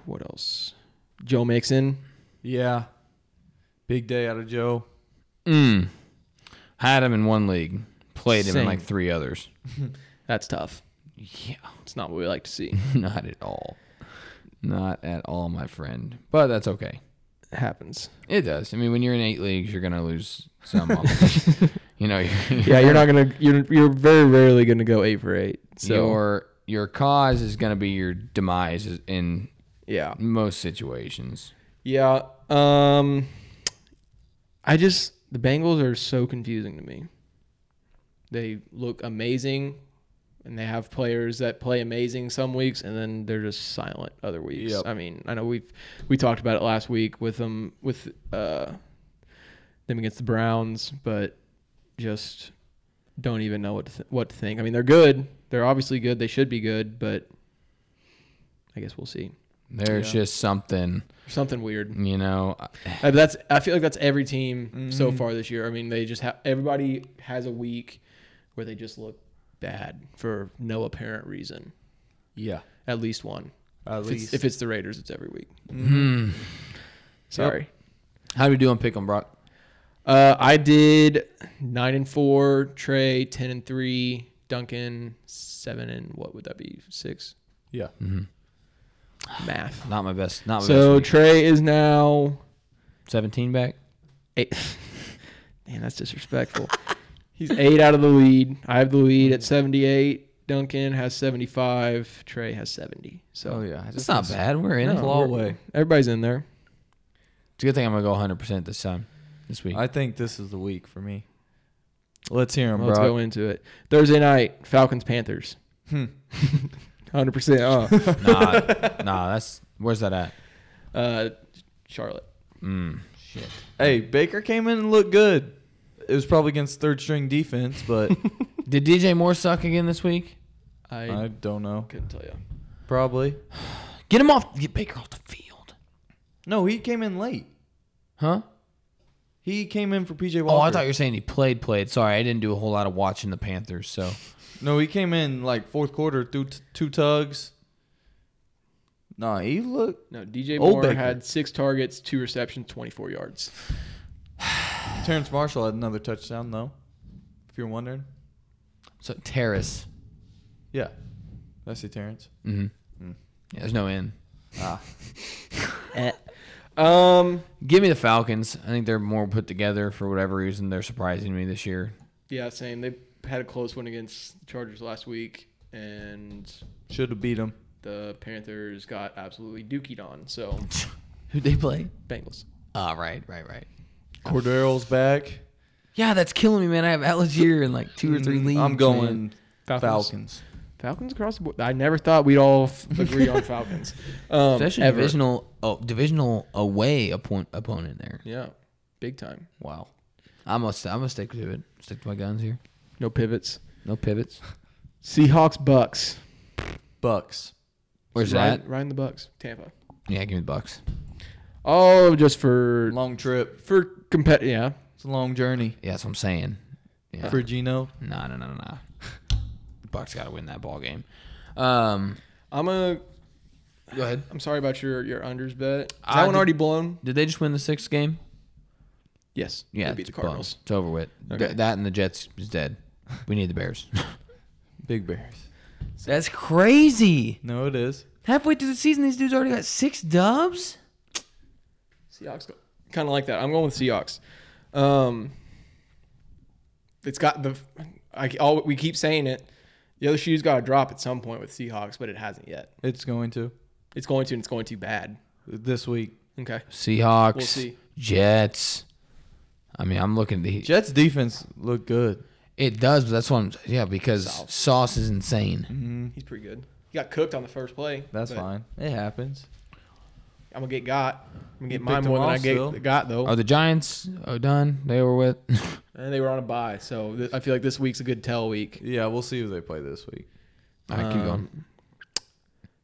Speaker 2: what else? Joe Mixon.
Speaker 1: Yeah. Big day out of Joe.
Speaker 3: Mm. Had him in one league, played him in like
Speaker 2: Same.
Speaker 3: three others.
Speaker 2: That's tough.
Speaker 3: Yeah,
Speaker 2: It's not what we like to see.
Speaker 3: not at all. Not at all, my friend. But that's okay.
Speaker 2: It happens.
Speaker 3: It does. I mean, when you're in eight leagues, you're gonna lose some. obviously. you know, you're,
Speaker 2: Yeah, you're not gonna. You're you're very rarely gonna go eight for eight. So
Speaker 3: your your cause is gonna be your demise is- in
Speaker 2: yeah.
Speaker 3: most situations.
Speaker 2: Yeah. Um I just the Bengals are so confusing to me. They look amazing and they have players that play amazing some weeks and then they're just silent other weeks.
Speaker 1: Yep.
Speaker 2: I mean, I know we've we talked about it last week with them with uh them against the Browns, but just don't even know what to th- what to think. I mean, they're good. They're obviously good. They should be good, but I guess we'll see.
Speaker 3: There's
Speaker 1: Yeah.
Speaker 3: just something,
Speaker 2: Something weird.
Speaker 3: you know.
Speaker 2: Uh, but that's I feel like that's every team so
Speaker 1: Mm-hmm.
Speaker 2: far this year. I mean, they just have everybody has a week where they just look bad for no apparent reason.
Speaker 1: Yeah.
Speaker 2: At least one.
Speaker 1: At
Speaker 2: If it's,
Speaker 1: least. Mm-hmm.
Speaker 2: if it's the Raiders, it's every week.
Speaker 3: Hmm.
Speaker 2: Sorry.
Speaker 3: How do we do on pick 'em, Brock?
Speaker 2: Uh, I did nine and four. Trey ten and three. Duncan seven and what would that be? Six.
Speaker 1: yeah. Oh,
Speaker 2: Math.
Speaker 3: Not my best. Not my
Speaker 2: So
Speaker 3: best.
Speaker 2: Trey is now
Speaker 3: week. Seventeen back.
Speaker 2: eight. Man, that's disrespectful. He's eight out of the lead. I have the lead at 78. Duncan has 75. Trey has 70. So
Speaker 1: Oh yeah.
Speaker 3: It's not bad. We're in.
Speaker 2: No,
Speaker 3: it.
Speaker 1: claw
Speaker 2: we're-
Speaker 1: away.
Speaker 2: everybody's in there.
Speaker 3: It's a good thing I'm gonna go 100 percent this time, this week.
Speaker 1: I think this is the week for me. Let's hear him,
Speaker 2: Let's
Speaker 1: bro.
Speaker 2: go into it. Thursday night, Falcons Panthers. uh,
Speaker 1: Hmm.
Speaker 2: 100% off.
Speaker 3: nah, nah. That's where's that at?
Speaker 2: uh, Charlotte.
Speaker 3: Mm, shit.
Speaker 1: Hey, Baker came in and looked good. It was probably against third string defense, but
Speaker 3: Did DJ Moore suck again this week?
Speaker 2: I,
Speaker 1: I don't know.
Speaker 2: couldn't tell you.
Speaker 1: Probably.
Speaker 3: Get him off. Get Baker off the field.
Speaker 1: No, he came in late.
Speaker 3: Huh?
Speaker 1: He came in for PJ
Speaker 3: Oh,
Speaker 1: Walker.
Speaker 3: I thought you were saying he played. Played. Sorry, I didn't do a whole lot of watching the Panthers. So
Speaker 1: No, he came in like fourth quarter, threw t- two tugs. Nah, he looked.
Speaker 2: No, DJ
Speaker 1: Old
Speaker 2: Moore
Speaker 1: Baker.
Speaker 2: had six targets, two receptions, 24 yards.
Speaker 1: Terrence Marshall had another touchdown though. If you're wondering.
Speaker 3: so Terrace.
Speaker 1: Yeah. Did I see Terrence.
Speaker 3: Mm-hmm.
Speaker 1: Mm.
Speaker 3: Yeah, there's no end.
Speaker 1: Ah.
Speaker 2: Um,
Speaker 3: Give me the Falcons. I think they're more put together for whatever reason. They're surprising me this year.
Speaker 2: yeah, same. They had a close one against Chargers last week, and
Speaker 1: Should have beat him.
Speaker 2: the Panthers got absolutely dookied on. So
Speaker 3: Who they play?
Speaker 2: Bengals.
Speaker 3: Ah, right, right, right.
Speaker 1: Cordero's back.
Speaker 3: Yeah, that's killing me, man. I have Algier in like two or three leagues.
Speaker 1: Mm, I'm
Speaker 3: man.
Speaker 1: going
Speaker 2: Falcons.
Speaker 1: Falcons.
Speaker 2: Falcons across the board. I never thought we'd all f- agree on Falcons. Um,
Speaker 3: Especially
Speaker 2: ever.
Speaker 3: divisional, oh, divisional away opponent opponent there.
Speaker 2: Yeah, big time.
Speaker 3: Wow, I must I must stick to it. Stick to my guns here.
Speaker 2: No pivots.
Speaker 3: No pivots.
Speaker 2: Seahawks Bucks.
Speaker 1: Bucks.
Speaker 3: Where's
Speaker 2: Ryan,
Speaker 3: that?
Speaker 2: Ryan the Bucks. Tampa.
Speaker 3: Yeah, give me the Bucks.
Speaker 2: Oh, just for
Speaker 1: Long trip.
Speaker 2: for compet. Yeah,
Speaker 1: It's a long journey
Speaker 3: Yeah, that's what I'm saying. Yeah.
Speaker 1: for Gino.
Speaker 3: No, no, no, no, no. The Bucks got to win that ball game. Um,
Speaker 2: I'm a.
Speaker 3: go ahead.
Speaker 2: I'm sorry about your your unders bet. Is that
Speaker 3: I
Speaker 2: one
Speaker 3: did-
Speaker 2: already blown?
Speaker 3: Did they just win the sixth game?
Speaker 2: Yes.
Speaker 3: Yeah,
Speaker 2: They beat
Speaker 3: it's
Speaker 2: the Cardinals.
Speaker 3: blown. It's over with. Th-
Speaker 2: Okay.
Speaker 3: that and the Jets is dead. We need the Bears.
Speaker 1: Big Bears.
Speaker 3: That's crazy.
Speaker 1: No, it is.
Speaker 3: Halfway through the season, these dudes already got six dubs.
Speaker 2: Seahawks. Go- kind of like that. I'm going with Seahawks. Um, it's got the. I all we keep saying it. The other shoe's got to drop at some point with Seahawks, but it hasn't yet.
Speaker 1: It's going to
Speaker 2: It's going to, and it's going to bad.
Speaker 1: this week.
Speaker 2: Okay.
Speaker 3: Seahawks.
Speaker 2: We'll see.
Speaker 3: Jets. I mean, I'm looking at the.
Speaker 1: Jets defense looked good.
Speaker 3: It does, but that's what I'm. Yeah, because Sauce is insane.
Speaker 2: He's pretty good. He got cooked on the first play.
Speaker 1: Mm-hmm. That's
Speaker 2: but
Speaker 1: fine. It happens.
Speaker 2: I'm gonna get got. I'm gonna get
Speaker 1: You
Speaker 2: mine
Speaker 1: picked
Speaker 2: more
Speaker 1: them
Speaker 2: than I
Speaker 1: off still.
Speaker 2: get, got though.
Speaker 3: Are the Giants oh, done? They were with.
Speaker 2: and they were on a bye, so th- I feel like this week's a good tell week.
Speaker 1: Yeah, we'll see who they play this week.
Speaker 3: I
Speaker 2: Uh,
Speaker 3: keep going.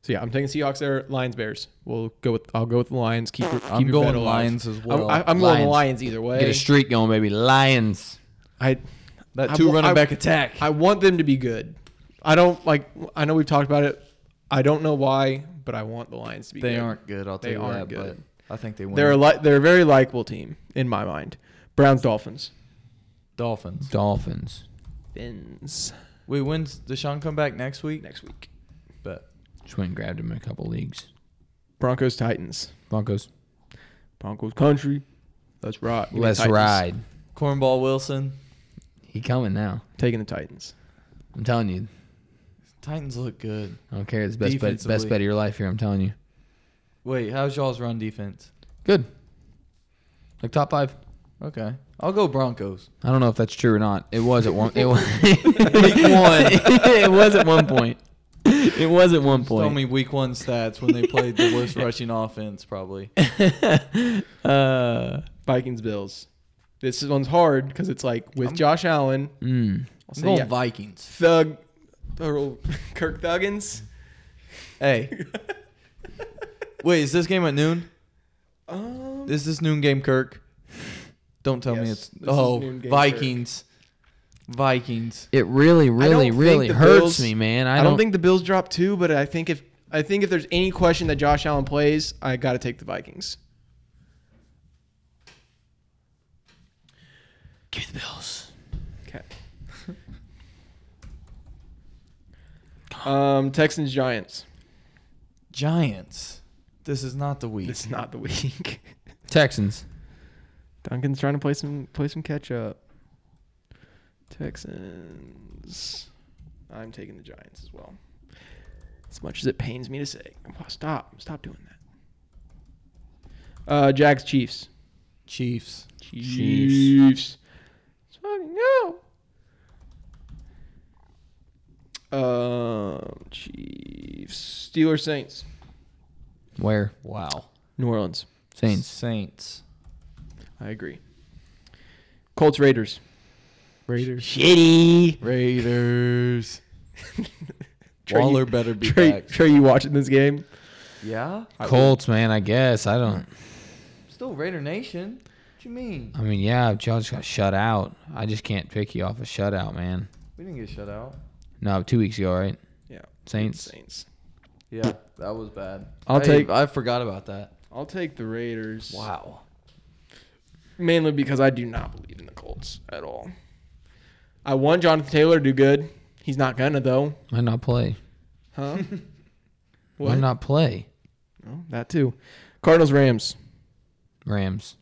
Speaker 2: So yeah, I'm taking Seahawks there. Lions, Bears. We'll go with. I'll go with the Lions. Keep. Your, keep
Speaker 1: I'm
Speaker 2: your
Speaker 1: going
Speaker 2: bet alive.
Speaker 1: Lions as
Speaker 2: I'm,
Speaker 1: well.
Speaker 2: I- I'm going
Speaker 3: Lions.
Speaker 2: Lions either way.
Speaker 3: Get a streak going, baby. Lions.
Speaker 2: I
Speaker 1: that
Speaker 2: I
Speaker 1: two
Speaker 2: wa-
Speaker 1: running
Speaker 2: I-
Speaker 1: back attack.
Speaker 2: I want them to be good. I don't like. I know we've talked about it. I don't know why, but I want the Lions to be.
Speaker 1: they
Speaker 2: good.
Speaker 1: aren't good. I'll tell
Speaker 2: They
Speaker 1: you
Speaker 2: aren't
Speaker 1: that.
Speaker 2: good.
Speaker 1: But I think they win.
Speaker 2: They're a li- they're a very likable team in my mind. Browns, Dolphins,
Speaker 1: Dolphins.
Speaker 3: Dolphins.
Speaker 2: Fins
Speaker 1: Wait, when's Deshaun come back next week?
Speaker 2: next week.
Speaker 1: But
Speaker 3: Just went and grabbed him in a couple leagues.
Speaker 2: Broncos, Titans.
Speaker 3: Broncos.
Speaker 2: Broncos country. Let's ride. Give me the
Speaker 3: Let's
Speaker 2: Titans.
Speaker 3: ride.
Speaker 1: Cornball Wilson.
Speaker 3: He coming now.
Speaker 2: Taking the Titans.
Speaker 3: I'm telling you.
Speaker 1: Titans look good.
Speaker 3: I don't care. It's the best bet, it's the best
Speaker 1: Defensively.
Speaker 3: bet of your life here. I'm telling you.
Speaker 1: Wait, how's y'all's run defense?
Speaker 3: Good. Like top five.
Speaker 1: Okay, I'll go Broncos.
Speaker 3: I don't know if that's true or not. It was at one. It was. it was at one point. It was at one
Speaker 1: Tell
Speaker 3: point.
Speaker 1: me week one stats when they played the worst rushing offense probably.
Speaker 3: Uh,
Speaker 2: Vikings, Bills. This one's hard because it's like with Josh Allen.
Speaker 3: mm.
Speaker 2: I'll
Speaker 1: I'm
Speaker 2: say
Speaker 1: going
Speaker 2: yeah.
Speaker 1: Vikings.
Speaker 2: Thug. or Kirk Thuggins.
Speaker 1: Hey, wait, is this game at noon?
Speaker 2: Um,
Speaker 1: Is this noon game, Kirk? Don't tell me
Speaker 2: Yes,
Speaker 1: it's
Speaker 2: this is
Speaker 1: oh
Speaker 2: noon game,
Speaker 1: Vikings, Vikings.
Speaker 3: It really, really,
Speaker 2: think
Speaker 3: really
Speaker 2: the
Speaker 3: hurts
Speaker 2: Bills-
Speaker 3: me, man. I,
Speaker 2: I,
Speaker 3: don't,
Speaker 2: don't, think the Bills drop two, but I think if I think if there's any question that Josh Allen plays, I got to take the Vikings.
Speaker 3: Give me the Bills.
Speaker 2: Okay. um, Texans Giants.
Speaker 1: Giants. This is not the week.
Speaker 2: This is not the week.
Speaker 3: Texans.
Speaker 2: Duncan's trying to play some play some catch up. Texans. I'm taking the Giants as well. As much as it pains me to say, Oh, stop, stop doing that. Uh, Jags Chiefs.
Speaker 1: Chiefs.
Speaker 2: Chiefs. Let's fucking go. Um, Chiefs. Steelers, Saints.
Speaker 3: Where? Wow.
Speaker 2: New Orleans.
Speaker 3: Saints.
Speaker 1: Saints.
Speaker 2: I agree. Colts, Raiders.
Speaker 1: Raiders.
Speaker 3: Shitty.
Speaker 1: Raiders.
Speaker 2: Trey,
Speaker 1: Waller better be
Speaker 2: Trey,
Speaker 1: back.
Speaker 2: Trey, you watching this game?
Speaker 1: Yeah.
Speaker 3: Colts, man. I guess I don't.
Speaker 1: Still Raider Nation. What you mean?
Speaker 3: I mean, yeah, y'all just got shut out. I just can't pick you off a shutout, man.
Speaker 1: We didn't get shut out.
Speaker 3: No, two weeks ago, right?
Speaker 2: Yeah.
Speaker 3: Saints.
Speaker 2: Saints.
Speaker 1: Yeah, that was bad.
Speaker 2: I'll
Speaker 1: I-
Speaker 2: take-
Speaker 1: I forgot about that.
Speaker 2: I'll take the Raiders.
Speaker 1: Wow.
Speaker 2: Mainly because I do not believe in the Colts at all. I want Jonathan Taylor to do good. He's not gonna though.
Speaker 3: Might not play.
Speaker 2: Huh?
Speaker 3: Might not play.
Speaker 2: Oh, that too. Cardinals, Rams.
Speaker 3: Rams.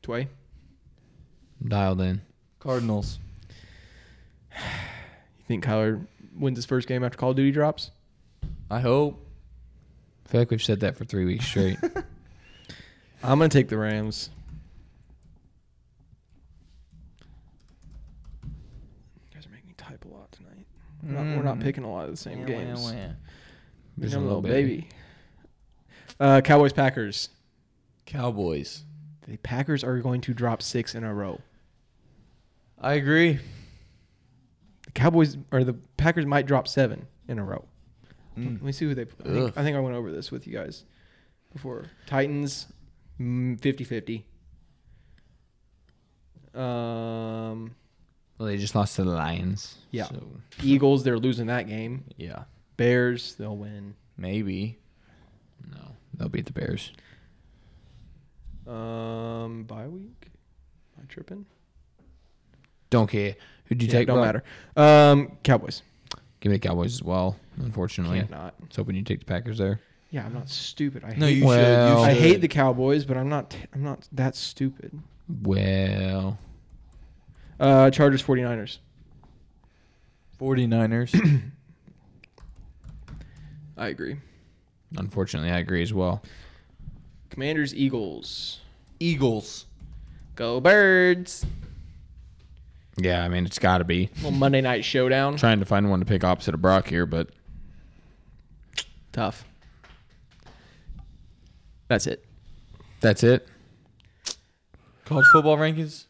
Speaker 2: Tway.
Speaker 3: Dialed in.
Speaker 1: Cardinals.
Speaker 2: You think Kyler wins his first game after Call of Duty drops?
Speaker 1: I hope.
Speaker 3: I feel like we've said that for three weeks straight.
Speaker 2: I'm gonna take the Rams. You guys are making me type a lot tonight. We're not, we're not
Speaker 1: Mm.
Speaker 2: picking a lot of the same games.
Speaker 3: Just
Speaker 2: Become a little baby. Uh, Cowboys Packers.
Speaker 1: Cowboys.
Speaker 2: The Packers are going to drop six in a row.
Speaker 1: I agree.
Speaker 2: The Cowboys or the Packers might drop seven in a row. Let
Speaker 1: Hmm.
Speaker 2: me see who they. I
Speaker 1: Ugh.
Speaker 2: think, I think I went over this with you guys before. Titans, mm, 50-50. Um,
Speaker 3: Well, they just lost to the Lions.
Speaker 2: Yeah.
Speaker 3: So,
Speaker 2: Eagles, they're losing that game.
Speaker 1: Yeah.
Speaker 2: Bears, they'll win.
Speaker 1: Maybe.
Speaker 3: no, they'll beat the Bears.
Speaker 2: Um, bye week. Am I tripping?
Speaker 3: Don't care. Who do you
Speaker 2: Yeah,
Speaker 3: take?
Speaker 2: don't
Speaker 3: Rob?
Speaker 2: matter. Um, Cowboys.
Speaker 3: Give me the Cowboys as well. Unfortunately,
Speaker 2: Can't not.
Speaker 3: I was hoping you take the Packers there.
Speaker 2: Yeah, I'm not stupid. I
Speaker 1: No,
Speaker 2: hate
Speaker 1: you
Speaker 3: Well-
Speaker 1: should.
Speaker 2: I
Speaker 1: You should.
Speaker 2: hate the Cowboys, but I'm not. I'm not that stupid.
Speaker 3: Well,
Speaker 2: Uh, Chargers, 49ers.
Speaker 1: 49ers.
Speaker 2: I agree.
Speaker 3: unfortunately, I agree as well.
Speaker 2: Commanders, Eagles.
Speaker 1: Eagles.
Speaker 2: Go Birds.
Speaker 3: Yeah, I mean it's got to be.
Speaker 2: Little Monday night showdown.
Speaker 3: trying to find one to pick opposite of Brock here, but
Speaker 2: Tough. That's it.
Speaker 3: that's it.
Speaker 1: College football rankings.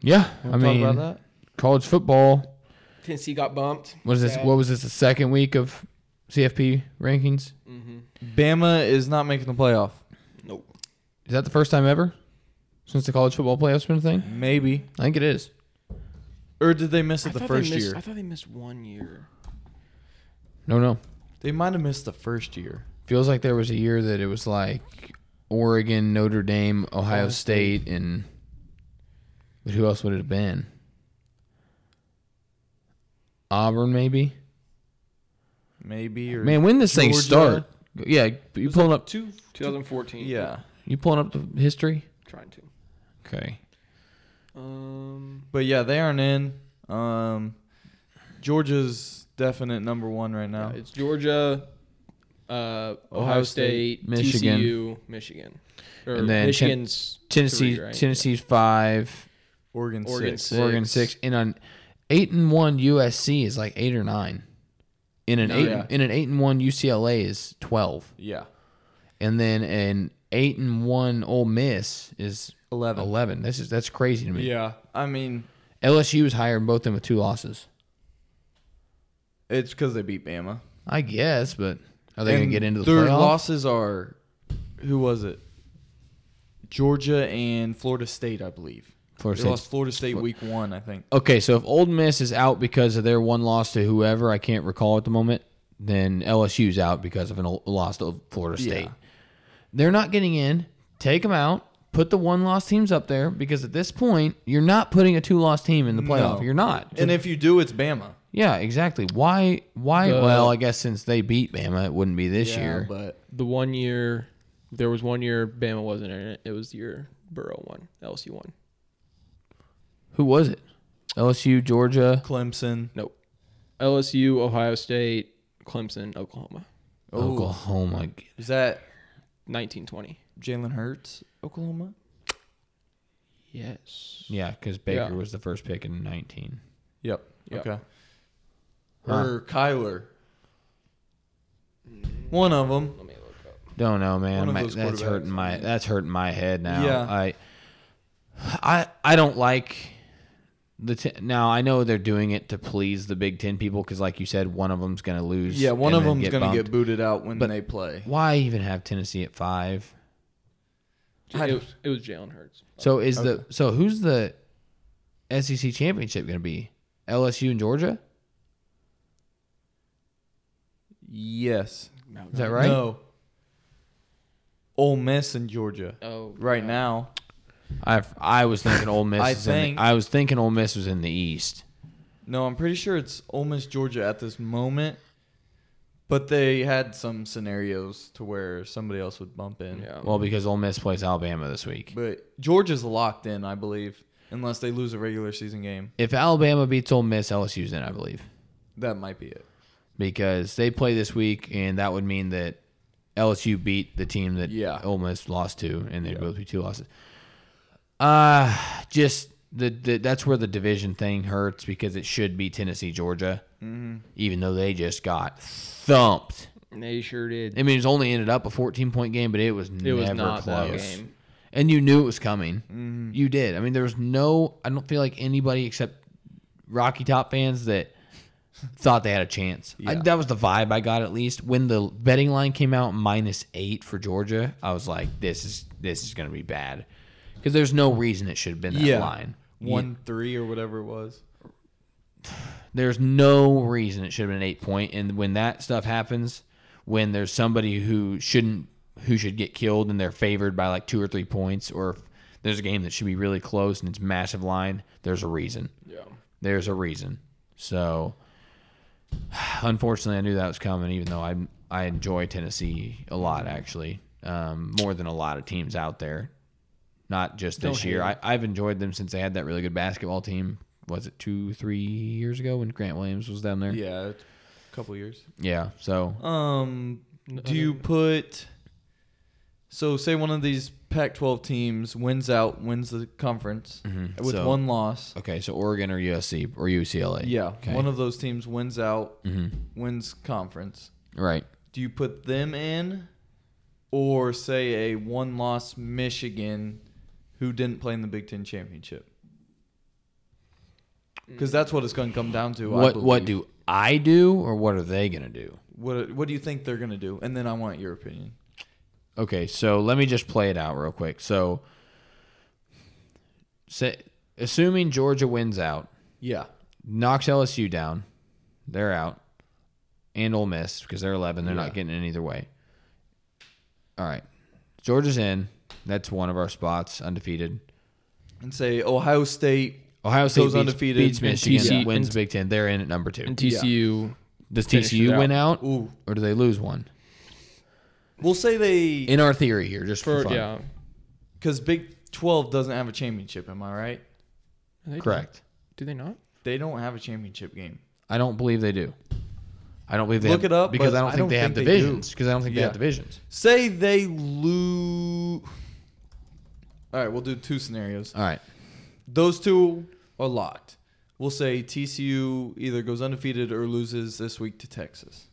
Speaker 3: Yeah, I
Speaker 1: Talk
Speaker 3: mean
Speaker 1: about that.
Speaker 3: college football.
Speaker 2: Tennessee got bumped.
Speaker 3: What is this?
Speaker 2: Sad.
Speaker 3: What was this? The second week of CFP rankings?
Speaker 1: Bama is not making the playoff.
Speaker 2: Mm-hmm. Nope.
Speaker 3: Is that the first time ever since the college football playoffs been a thing?
Speaker 1: Maybe.
Speaker 3: I think it is.
Speaker 1: Or did they miss it the first
Speaker 2: they missed,
Speaker 1: year?
Speaker 2: I thought they missed one year.
Speaker 3: No, no.
Speaker 1: They might have missed the first year.
Speaker 3: Feels like there was a year that it was like Oregon, Notre Dame, Ohio
Speaker 1: Ohio
Speaker 3: State, and but who else would it have been? Auburn, maybe.
Speaker 1: Maybe. Or
Speaker 3: Man, when this thing
Speaker 1: Georgia.
Speaker 3: start? Yeah, you pulling up?
Speaker 1: two.
Speaker 2: 2014.
Speaker 1: Yeah.
Speaker 3: You pulling up the history?
Speaker 2: Trying to.
Speaker 3: Okay.
Speaker 2: Um.
Speaker 1: But yeah, they aren't in. Um, Georgia's definite number one right now.
Speaker 2: Uh, It's Georgia, uh, Ohio
Speaker 1: Ohio
Speaker 2: State,
Speaker 1: State,
Speaker 3: Michigan.
Speaker 2: TCU, Michigan, or
Speaker 3: And then Chen-
Speaker 2: Michigan's
Speaker 3: Tennessee,
Speaker 2: three, right?
Speaker 3: Tennessee's five,
Speaker 1: Oregon,
Speaker 2: Oregon
Speaker 1: six.
Speaker 2: six.
Speaker 3: Oregon six, and on eight and one USC is like eight or nine. In an
Speaker 1: No,
Speaker 3: eight,
Speaker 1: yeah.
Speaker 3: in an eight and one UCLA is twelve,
Speaker 1: Yeah.
Speaker 3: and then an eight and one Ole Miss is
Speaker 1: 11.
Speaker 3: eleven. This is that's crazy to me.
Speaker 1: Yeah. I mean,
Speaker 3: LSU is higher than both of them with two losses.
Speaker 1: it's because they beat Bama.
Speaker 3: I guess, but are they going
Speaker 1: And
Speaker 3: to get into the
Speaker 1: Their
Speaker 3: playoff?
Speaker 1: losses are, who was it? Georgia and Florida State, I believe.
Speaker 3: Florida
Speaker 1: they
Speaker 3: State's-
Speaker 1: lost Florida State week one, I think.
Speaker 3: Okay, so if Old Miss is out because of their one loss to whoever I can't recall at the moment, then LSU's out because of an old, loss to Florida State.
Speaker 1: Yeah.
Speaker 3: They're not getting in. Take them out. Put the one loss teams up there because at this point you're not putting a two loss team in the playoff.
Speaker 1: No.
Speaker 3: You're not.
Speaker 1: And if you do, it's Bama.
Speaker 3: yeah, exactly. Why? Why?
Speaker 2: The-
Speaker 3: well, I guess since they beat Bama, it wouldn't be this
Speaker 1: Yeah,
Speaker 3: year.
Speaker 1: But
Speaker 2: The one year, there was one year Bama wasn't in it. It was the year Burrow won, LSU won.
Speaker 3: Who was it? LSU, Georgia.
Speaker 1: Clemson,
Speaker 2: Nope. LSU, Ohio State, Clemson, Oklahoma,
Speaker 1: Oh.
Speaker 3: Oklahoma.
Speaker 1: is that
Speaker 2: 1920.
Speaker 1: Jalen Hurts, Oklahoma?
Speaker 2: Yes.
Speaker 3: Yeah, because Baker
Speaker 2: Yeah.
Speaker 3: was the first pick in 19.
Speaker 1: Yep.
Speaker 2: Yep.
Speaker 1: Okay.
Speaker 3: Huh.
Speaker 1: Or Kyler. One of them.
Speaker 2: Let me look up.
Speaker 3: Don't know,
Speaker 1: One
Speaker 3: man.
Speaker 1: of
Speaker 3: My,
Speaker 1: those
Speaker 3: that's
Speaker 1: quarterbacks.
Speaker 3: hurting my that's hurting my head now.
Speaker 1: Yeah.
Speaker 3: I I I don't like the t- now. I know they're doing it to please the Big Ten people because, like you said, one of them's gonna lose.
Speaker 1: Yeah, one
Speaker 3: and
Speaker 1: of
Speaker 3: then
Speaker 1: them's gonna
Speaker 3: bumped.
Speaker 1: get booted out when they play.
Speaker 3: Why even have Tennessee at five?
Speaker 1: I
Speaker 2: It,
Speaker 1: don't-
Speaker 2: was- it was Jalen Hurts.
Speaker 3: So is the so who's the SEC championship gonna be? LSU and Georgia?
Speaker 1: Yes.
Speaker 3: Is that right?
Speaker 1: No. Ole Miss in Georgia
Speaker 2: Oh,
Speaker 1: right
Speaker 2: yeah.
Speaker 1: now.
Speaker 3: I I was thinking Ole Miss.
Speaker 1: I
Speaker 3: is in the-
Speaker 1: think-
Speaker 3: I was thinking Ole Miss was in the East.
Speaker 1: No, I'm pretty sure it's Ole Miss Georgia at this moment. But they had some scenarios to where somebody else would bump in.
Speaker 2: Yeah.
Speaker 3: Well, because Ole Miss plays Alabama this week.
Speaker 1: But Georgia's locked in, I believe, unless they lose a regular season game.
Speaker 3: If Alabama beats Ole Miss, LSU's in, I believe.
Speaker 1: That might be it.
Speaker 3: because they play this week, and that would mean that LSU beat the team that
Speaker 1: Yeah.
Speaker 3: Ole Miss lost to, and they both be two losses. Uh just the, the that's where the division thing hurts because it should be Tennessee Georgia, even though they just got thumped.
Speaker 2: They sure did.
Speaker 3: I mean, it's only ended up a 14 point game, but it was
Speaker 2: It
Speaker 3: never
Speaker 2: was not that
Speaker 3: close.
Speaker 2: game. Mm-hmm.
Speaker 3: And you knew it was coming. You did. I mean, there was no. I don't feel like anybody except Rocky Top fans that thought they had a chance. I,
Speaker 1: Yeah.
Speaker 3: that was the vibe I got at least when the betting line came out minus eight for Georgia. I was like, this is this is going to be bad because there's no reason it should have been that
Speaker 1: yeah.
Speaker 3: line.
Speaker 1: One three or whatever it was.
Speaker 3: there's no reason it should have been an eight point. And when that stuff happens, when there's somebody who shouldn't, who should get killed, and they're favored by like two or three points, or if there's a game that should be really close and it's massive line, there's a reason.
Speaker 2: Yeah.
Speaker 3: There's a reason. So, unfortunately, I knew that was coming. Even though I I enjoy Tennessee a lot, actually, um, more than a lot of teams out there. Not just this
Speaker 2: Don't hate
Speaker 3: year.
Speaker 2: it.
Speaker 3: I, I've enjoyed them since they had that really good basketball team. Was it two, three years ago when Grant Williams was down there? Yeah.
Speaker 1: Yeah, it's a couple years.
Speaker 3: so
Speaker 1: Um, do you put? So say one of these Pac-12 teams wins out, wins the conference with
Speaker 3: Mm-hmm. So-
Speaker 1: one loss.
Speaker 3: okay, so Oregon or USC or UCLA.
Speaker 1: Yeah,
Speaker 3: Okay. Mm.
Speaker 1: one of those teams wins out, wins conference.
Speaker 3: Mm-hmm. right.
Speaker 1: Do you put them in, or say a one-loss Michigan, who didn't play in the Big Ten championship? Because that's what it's going to come down to. I
Speaker 3: What what
Speaker 1: believe.
Speaker 3: do I do or what are they gonna do?
Speaker 1: what what do you think they're going to do? And then I want your opinion.
Speaker 3: Okay, so let me just play it out real quick. So, say, assuming Georgia wins out,
Speaker 1: Yeah.
Speaker 3: knocks LSU down, they're out, and Ole Miss because they're eleven, they're
Speaker 1: Yeah.
Speaker 3: not getting in either way. All right, Georgia's in. That's one of our spots, undefeated.
Speaker 1: and say Ohio State.
Speaker 3: Ohio State
Speaker 1: Goes
Speaker 3: beats,
Speaker 1: undefeated,
Speaker 3: beats
Speaker 1: and
Speaker 3: Michigan,
Speaker 2: TCU
Speaker 3: wins
Speaker 2: and-
Speaker 3: Big Ten. They're in at number two.
Speaker 2: And TCU.
Speaker 3: Does
Speaker 2: finishes
Speaker 3: TCU
Speaker 2: out.
Speaker 3: win out,
Speaker 1: Ooh,
Speaker 3: or do they lose one?
Speaker 1: we'll say they
Speaker 3: In our theory here, just for,
Speaker 2: For,
Speaker 3: fun.
Speaker 2: yeah.
Speaker 1: because Big Twelve doesn't have a championship. Am I right?
Speaker 2: Are they-
Speaker 3: correct.
Speaker 2: Do they not?
Speaker 1: They don't have a championship game.
Speaker 3: I don't believe they do. I don't believe they
Speaker 1: Look
Speaker 3: have,
Speaker 1: it up,
Speaker 3: because
Speaker 1: but
Speaker 3: I don't
Speaker 1: I
Speaker 3: think
Speaker 1: don't
Speaker 3: they have
Speaker 1: think they do.
Speaker 3: divisions. Because I don't think they
Speaker 1: Yeah.
Speaker 3: have divisions.
Speaker 1: Say they lose. All right, we'll do two scenarios.
Speaker 3: All right.
Speaker 1: Those two are locked. We'll say TCU either goes undefeated or loses this week to Texas,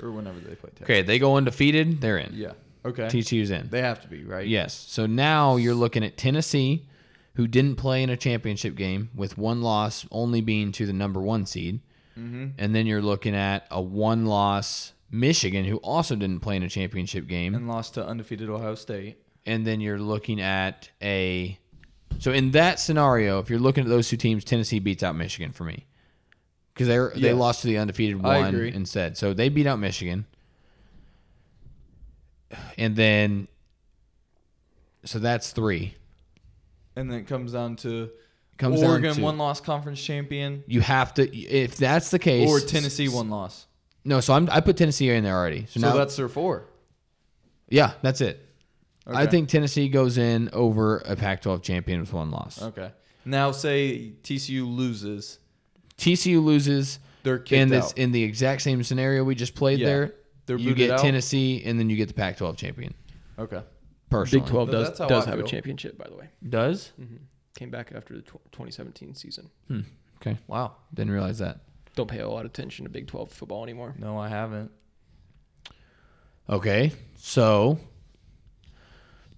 Speaker 1: or whenever they play Texas.
Speaker 3: Okay, they go undefeated. They're in.
Speaker 1: Yeah. Okay.
Speaker 3: TCU's in.
Speaker 1: they have to be right.
Speaker 3: yes. So now you're looking at Tennessee, who didn't play in a championship game with one loss, only being to the number one seed,
Speaker 1: Mm-hmm.
Speaker 3: and then you're looking at a one loss Michigan, who also didn't play in a championship game,
Speaker 1: And lost to undefeated Ohio State.
Speaker 3: and then you're looking at a. So in that scenario, if you're looking at those two teams, Tennessee beats out Michigan for me because they they
Speaker 1: Yes.
Speaker 3: lost to the undefeated
Speaker 1: I
Speaker 3: one
Speaker 1: agree.
Speaker 3: instead. So they beat out Michigan, and then so that's three.
Speaker 1: And then it comes down to
Speaker 3: Comes down
Speaker 1: Oregon
Speaker 3: to-
Speaker 1: one loss conference champion.
Speaker 3: You have to if that's the case
Speaker 1: or Tennessee one loss.
Speaker 3: No, so I'm I put Tennessee in there already.
Speaker 1: So
Speaker 3: So, now
Speaker 1: that's their four.
Speaker 3: yeah, that's it. I
Speaker 1: Okay.
Speaker 3: think Tennessee goes in over a Pac-12 champion with one loss.
Speaker 1: Okay. Now say TCU loses,
Speaker 3: TCU loses.
Speaker 1: they're kicked
Speaker 3: in this
Speaker 1: out.
Speaker 3: in the exact same scenario we just played
Speaker 1: Yeah.
Speaker 3: there.
Speaker 1: They're
Speaker 3: you
Speaker 1: booted
Speaker 3: get
Speaker 1: out?
Speaker 3: Tennessee, and then you get the Pac-12 champion.
Speaker 1: okay.
Speaker 3: Personally,
Speaker 2: Big 12
Speaker 1: No,
Speaker 2: does
Speaker 1: that's how
Speaker 2: does
Speaker 1: I
Speaker 2: have a
Speaker 1: feel.
Speaker 2: championship, by the way.
Speaker 3: does.
Speaker 2: Came back after the tw- 2017 season.
Speaker 3: Okay,
Speaker 1: Wow.
Speaker 3: didn't realize that.
Speaker 2: Don't pay a lot of attention to Big 12 football anymore.
Speaker 1: No, I haven't.
Speaker 3: Okay, so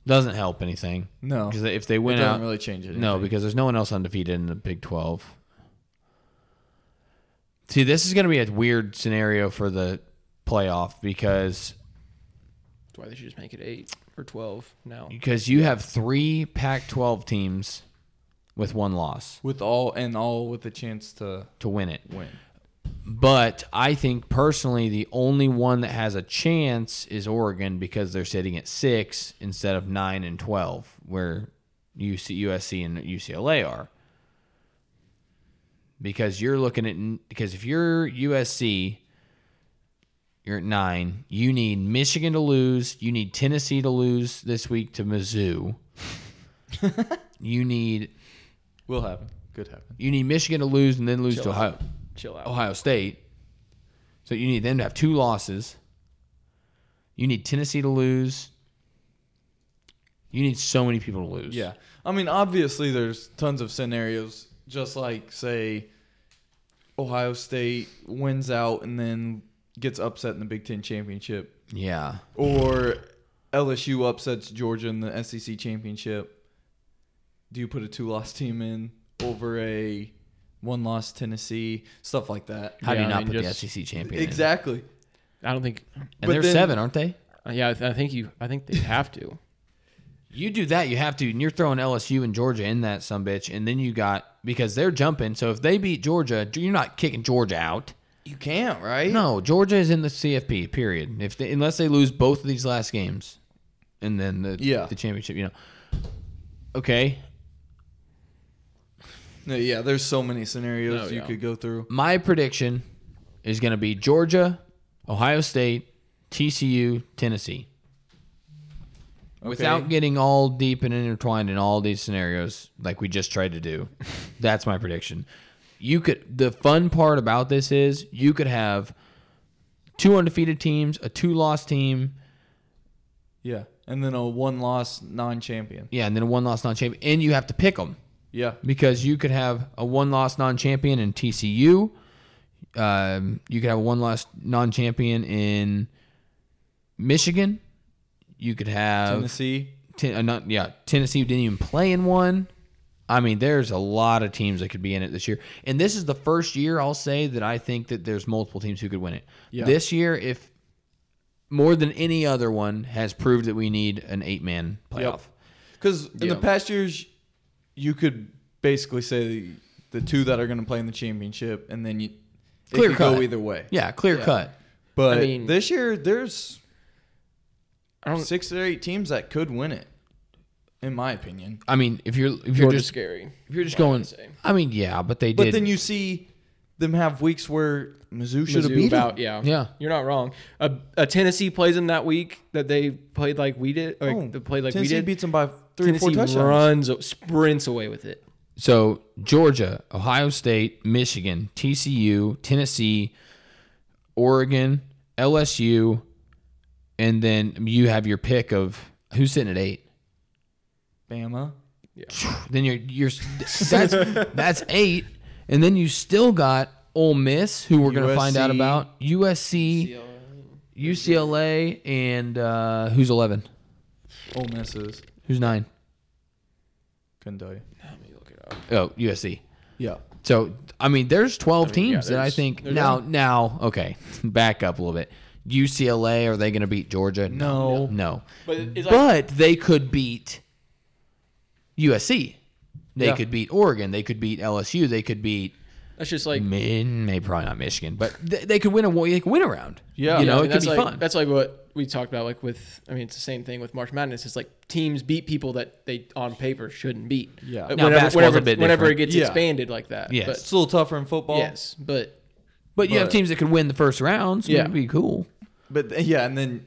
Speaker 3: doesn't help anything
Speaker 1: No.
Speaker 3: because if they
Speaker 1: It
Speaker 3: win
Speaker 1: doesn't
Speaker 3: out,
Speaker 1: really change it.
Speaker 3: no, because there's no one else undefeated in the Big 12. See, this is going to be a weird scenario for the playoff because
Speaker 2: That's why they should just make it eight or 12 now.
Speaker 3: because you have three Pac-12 teams with one loss
Speaker 1: with all and all with a chance to
Speaker 3: to win it.
Speaker 1: win.
Speaker 3: But I think personally, the only one that has a chance is Oregon because they're sitting at six instead of nine and twelve, where UC, USC and UCLA are. Because you're looking at because if you're USC, you're at nine. You need Michigan to lose. You need Tennessee to lose this week to Mizzou. you need
Speaker 1: Will happen. Could happen.
Speaker 3: you need Michigan to lose and then lose to
Speaker 2: Chill out.
Speaker 3: Ohio. Oh.
Speaker 2: Chill out.
Speaker 3: Ohio State. So you need them to have two losses. You need Tennessee to lose. You need so many people to lose.
Speaker 1: Yeah. I mean, obviously, there's tons of scenarios, just like, say, Ohio State wins out and then gets upset in the Big Ten championship,
Speaker 3: Yeah.
Speaker 1: or LSU upsets Georgia in the SEC championship. Do you put a two loss team in over a one loss Tennessee? Stuff like that.
Speaker 3: How do
Speaker 2: Yeah, I
Speaker 3: you not
Speaker 2: mean,
Speaker 3: put
Speaker 2: just-
Speaker 3: the SEC champion? in?
Speaker 1: Exactly.
Speaker 2: I don't think.
Speaker 1: but
Speaker 3: And they're
Speaker 1: then-
Speaker 3: seven, aren't they?
Speaker 2: uh, Yeah, I, th- I think you. I think they have to.
Speaker 3: You do that, you have to, and you're throwing LSU and Georgia in that some bitch, and then you got because they're jumping. So if they beat Georgia, you're not kicking Georgia out.
Speaker 1: You can't, right?
Speaker 3: No, Georgia is in the CFP. Period. If they, unless they lose both of these last games, and then the
Speaker 1: Yeah.
Speaker 3: the championship, you know. Okay,
Speaker 1: No, Yeah, there's so many scenarios
Speaker 2: Oh,
Speaker 1: you
Speaker 2: yeah.
Speaker 1: could go through.
Speaker 3: my prediction is going to be Georgia, Ohio State, TCU, Tennessee. Without getting all deep and intertwined in all these scenarios, like we just tried to do, that's my prediction. You could. The fun part about this is you could have two undefeated teams, a two-loss team,
Speaker 1: Yeah. And then a one loss non champion.
Speaker 3: yeah, and then a one-loss non-champion, and you have to pick them.
Speaker 1: Yeah.
Speaker 3: because you could have a one loss non champion in TCU. Um, you could have a one loss non champion in Michigan. You could have
Speaker 1: Tennessee.
Speaker 3: ten, uh, not, yeah Tennessee didn't even play in one. I mean, there's a lot of teams that could be in it this year, and this is the first year I'll say that I think that there's multiple teams who could win it.
Speaker 1: Yeah.
Speaker 3: This year, if more than any other one has proved that we need an eight man playoff.
Speaker 1: Because in the
Speaker 2: Yeah.
Speaker 1: past years, you could basically say the, the two that are going to play in the championship, and then you it
Speaker 3: Clear
Speaker 1: could
Speaker 3: cut.
Speaker 1: go either way.
Speaker 3: Yeah, clear cut.
Speaker 1: But
Speaker 2: I mean-
Speaker 1: this year, there's
Speaker 2: I don't.
Speaker 1: six or eight teams that could win it, in my opinion.
Speaker 3: I mean, if you're if you're
Speaker 2: Georgia's
Speaker 3: just
Speaker 2: scary.
Speaker 3: If you're just going,
Speaker 2: say.
Speaker 3: I mean, yeah, but they
Speaker 1: But
Speaker 3: did.
Speaker 1: then you see them have weeks where Mizzou should have
Speaker 2: Mizzou
Speaker 1: beat 'em.
Speaker 2: about- Yeah,
Speaker 3: Yeah.
Speaker 2: You're not wrong. A, a Tennessee plays them that week that they played like we did. Like,
Speaker 1: Oh,
Speaker 2: they played like
Speaker 1: Tennessee
Speaker 2: we did.
Speaker 1: beats them by three or
Speaker 2: Tennessee
Speaker 1: four touchdowns.
Speaker 2: runs sprints away with it.
Speaker 3: so Georgia, Ohio State, Michigan, TCU, Tennessee, Oregon, LSU, and then you have your pick of who's sitting at eight.
Speaker 1: Bama.
Speaker 3: Then you're you're that's that's eight, and then you still got Ole Miss, who we're going to find out
Speaker 1: USC.
Speaker 3: about USC, UCLA, and uh, who's eleven?
Speaker 1: Ole Misses.
Speaker 3: Who's nine?
Speaker 1: Couldn't tell you.
Speaker 2: Let me look it up.
Speaker 3: Oh, USC.
Speaker 1: Yeah.
Speaker 3: So I mean, there's 12
Speaker 2: mean, yeah,
Speaker 3: teams that I
Speaker 2: there's-
Speaker 3: think
Speaker 2: there's-
Speaker 3: now. Now, okay, back up a little bit. UCLA are they going to beat Georgia?
Speaker 1: No.
Speaker 3: no.
Speaker 2: But it's like
Speaker 3: But they could beat USC. They
Speaker 1: Yeah.
Speaker 3: could beat Oregon. They could beat LSU. They could beat
Speaker 2: that's just like
Speaker 3: Min, maybe probably not Michigan, but they, they could win a they could win around.
Speaker 1: Yeah.
Speaker 3: you know
Speaker 2: I mean,
Speaker 3: it could
Speaker 2: that's
Speaker 3: be
Speaker 2: like,
Speaker 3: fun.
Speaker 2: That's like what we talked about. Like with, I mean, it's the same thing with March Madness. It's like teams beat people that they on paper shouldn't beat.
Speaker 1: Yeah.
Speaker 2: Uh,
Speaker 3: Now,
Speaker 2: whenever
Speaker 3: basketball's
Speaker 2: whenever,
Speaker 3: a bit
Speaker 2: whenever it
Speaker 3: different.
Speaker 2: gets
Speaker 1: Yeah.
Speaker 2: expanded like that.
Speaker 3: Yes.
Speaker 1: It's a little tougher in football.
Speaker 2: But, yes. But
Speaker 3: But you have
Speaker 1: but-
Speaker 3: teams that could win the first round. So
Speaker 2: Yeah.
Speaker 3: it'd be cool.
Speaker 1: But th- yeah, and then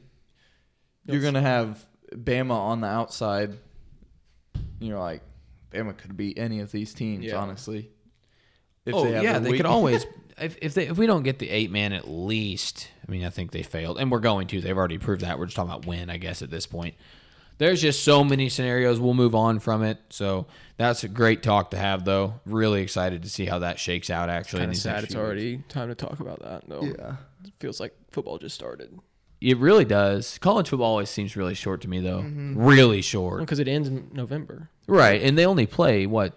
Speaker 1: you're gonna have Bama on the outside. And you're like, Bama could beat any of these teams,
Speaker 2: Yeah.
Speaker 1: honestly. If
Speaker 3: oh yeah,
Speaker 1: their
Speaker 3: they
Speaker 1: week-
Speaker 3: could always. If, if they if we don't get the eight man at least, I mean I think they failed, and we're going to. They've already proved that. We're just talking about win, I guess, at this point. There's just so many scenarios. We'll move on from it. So that's a great talk to have, though. Really excited to see how that shakes out. Actually, in
Speaker 2: kind of
Speaker 3: these
Speaker 2: sad.
Speaker 3: next
Speaker 2: It's
Speaker 3: few weeks.
Speaker 2: already time to talk about that. Though.
Speaker 1: Yeah.
Speaker 2: It feels like football just started
Speaker 3: It really does. College football always seems really short to me, though. Really short.
Speaker 2: because it ends in November.
Speaker 3: Right, and they only play what,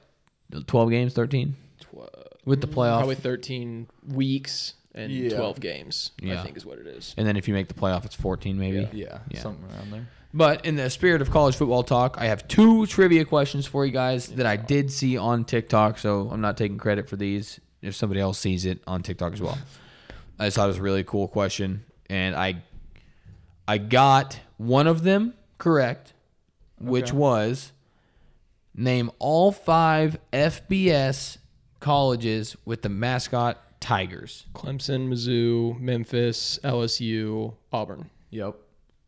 Speaker 3: twelve games, thirteen
Speaker 2: Tw-
Speaker 3: with the playoff.
Speaker 2: probably 13 weeks and
Speaker 1: Yeah.
Speaker 2: 12 games
Speaker 3: Yeah.
Speaker 2: i think is what it is
Speaker 3: and then if you make the playoff, it's fourteen, maybe.
Speaker 1: Yeah,
Speaker 3: Yeah.
Speaker 1: something around there.
Speaker 3: But in the spirit of college football talk, I have two trivia questions for you guys that I did see on TikTok, so I'm not taking credit for these if somebody else sees it on TikTok as well. I just thought it was a really cool question and I I got one of them correct, which was name all 5 FBS colleges with the mascot Tigers.
Speaker 2: clemson mizzou memphis lsu auburn
Speaker 1: Yep.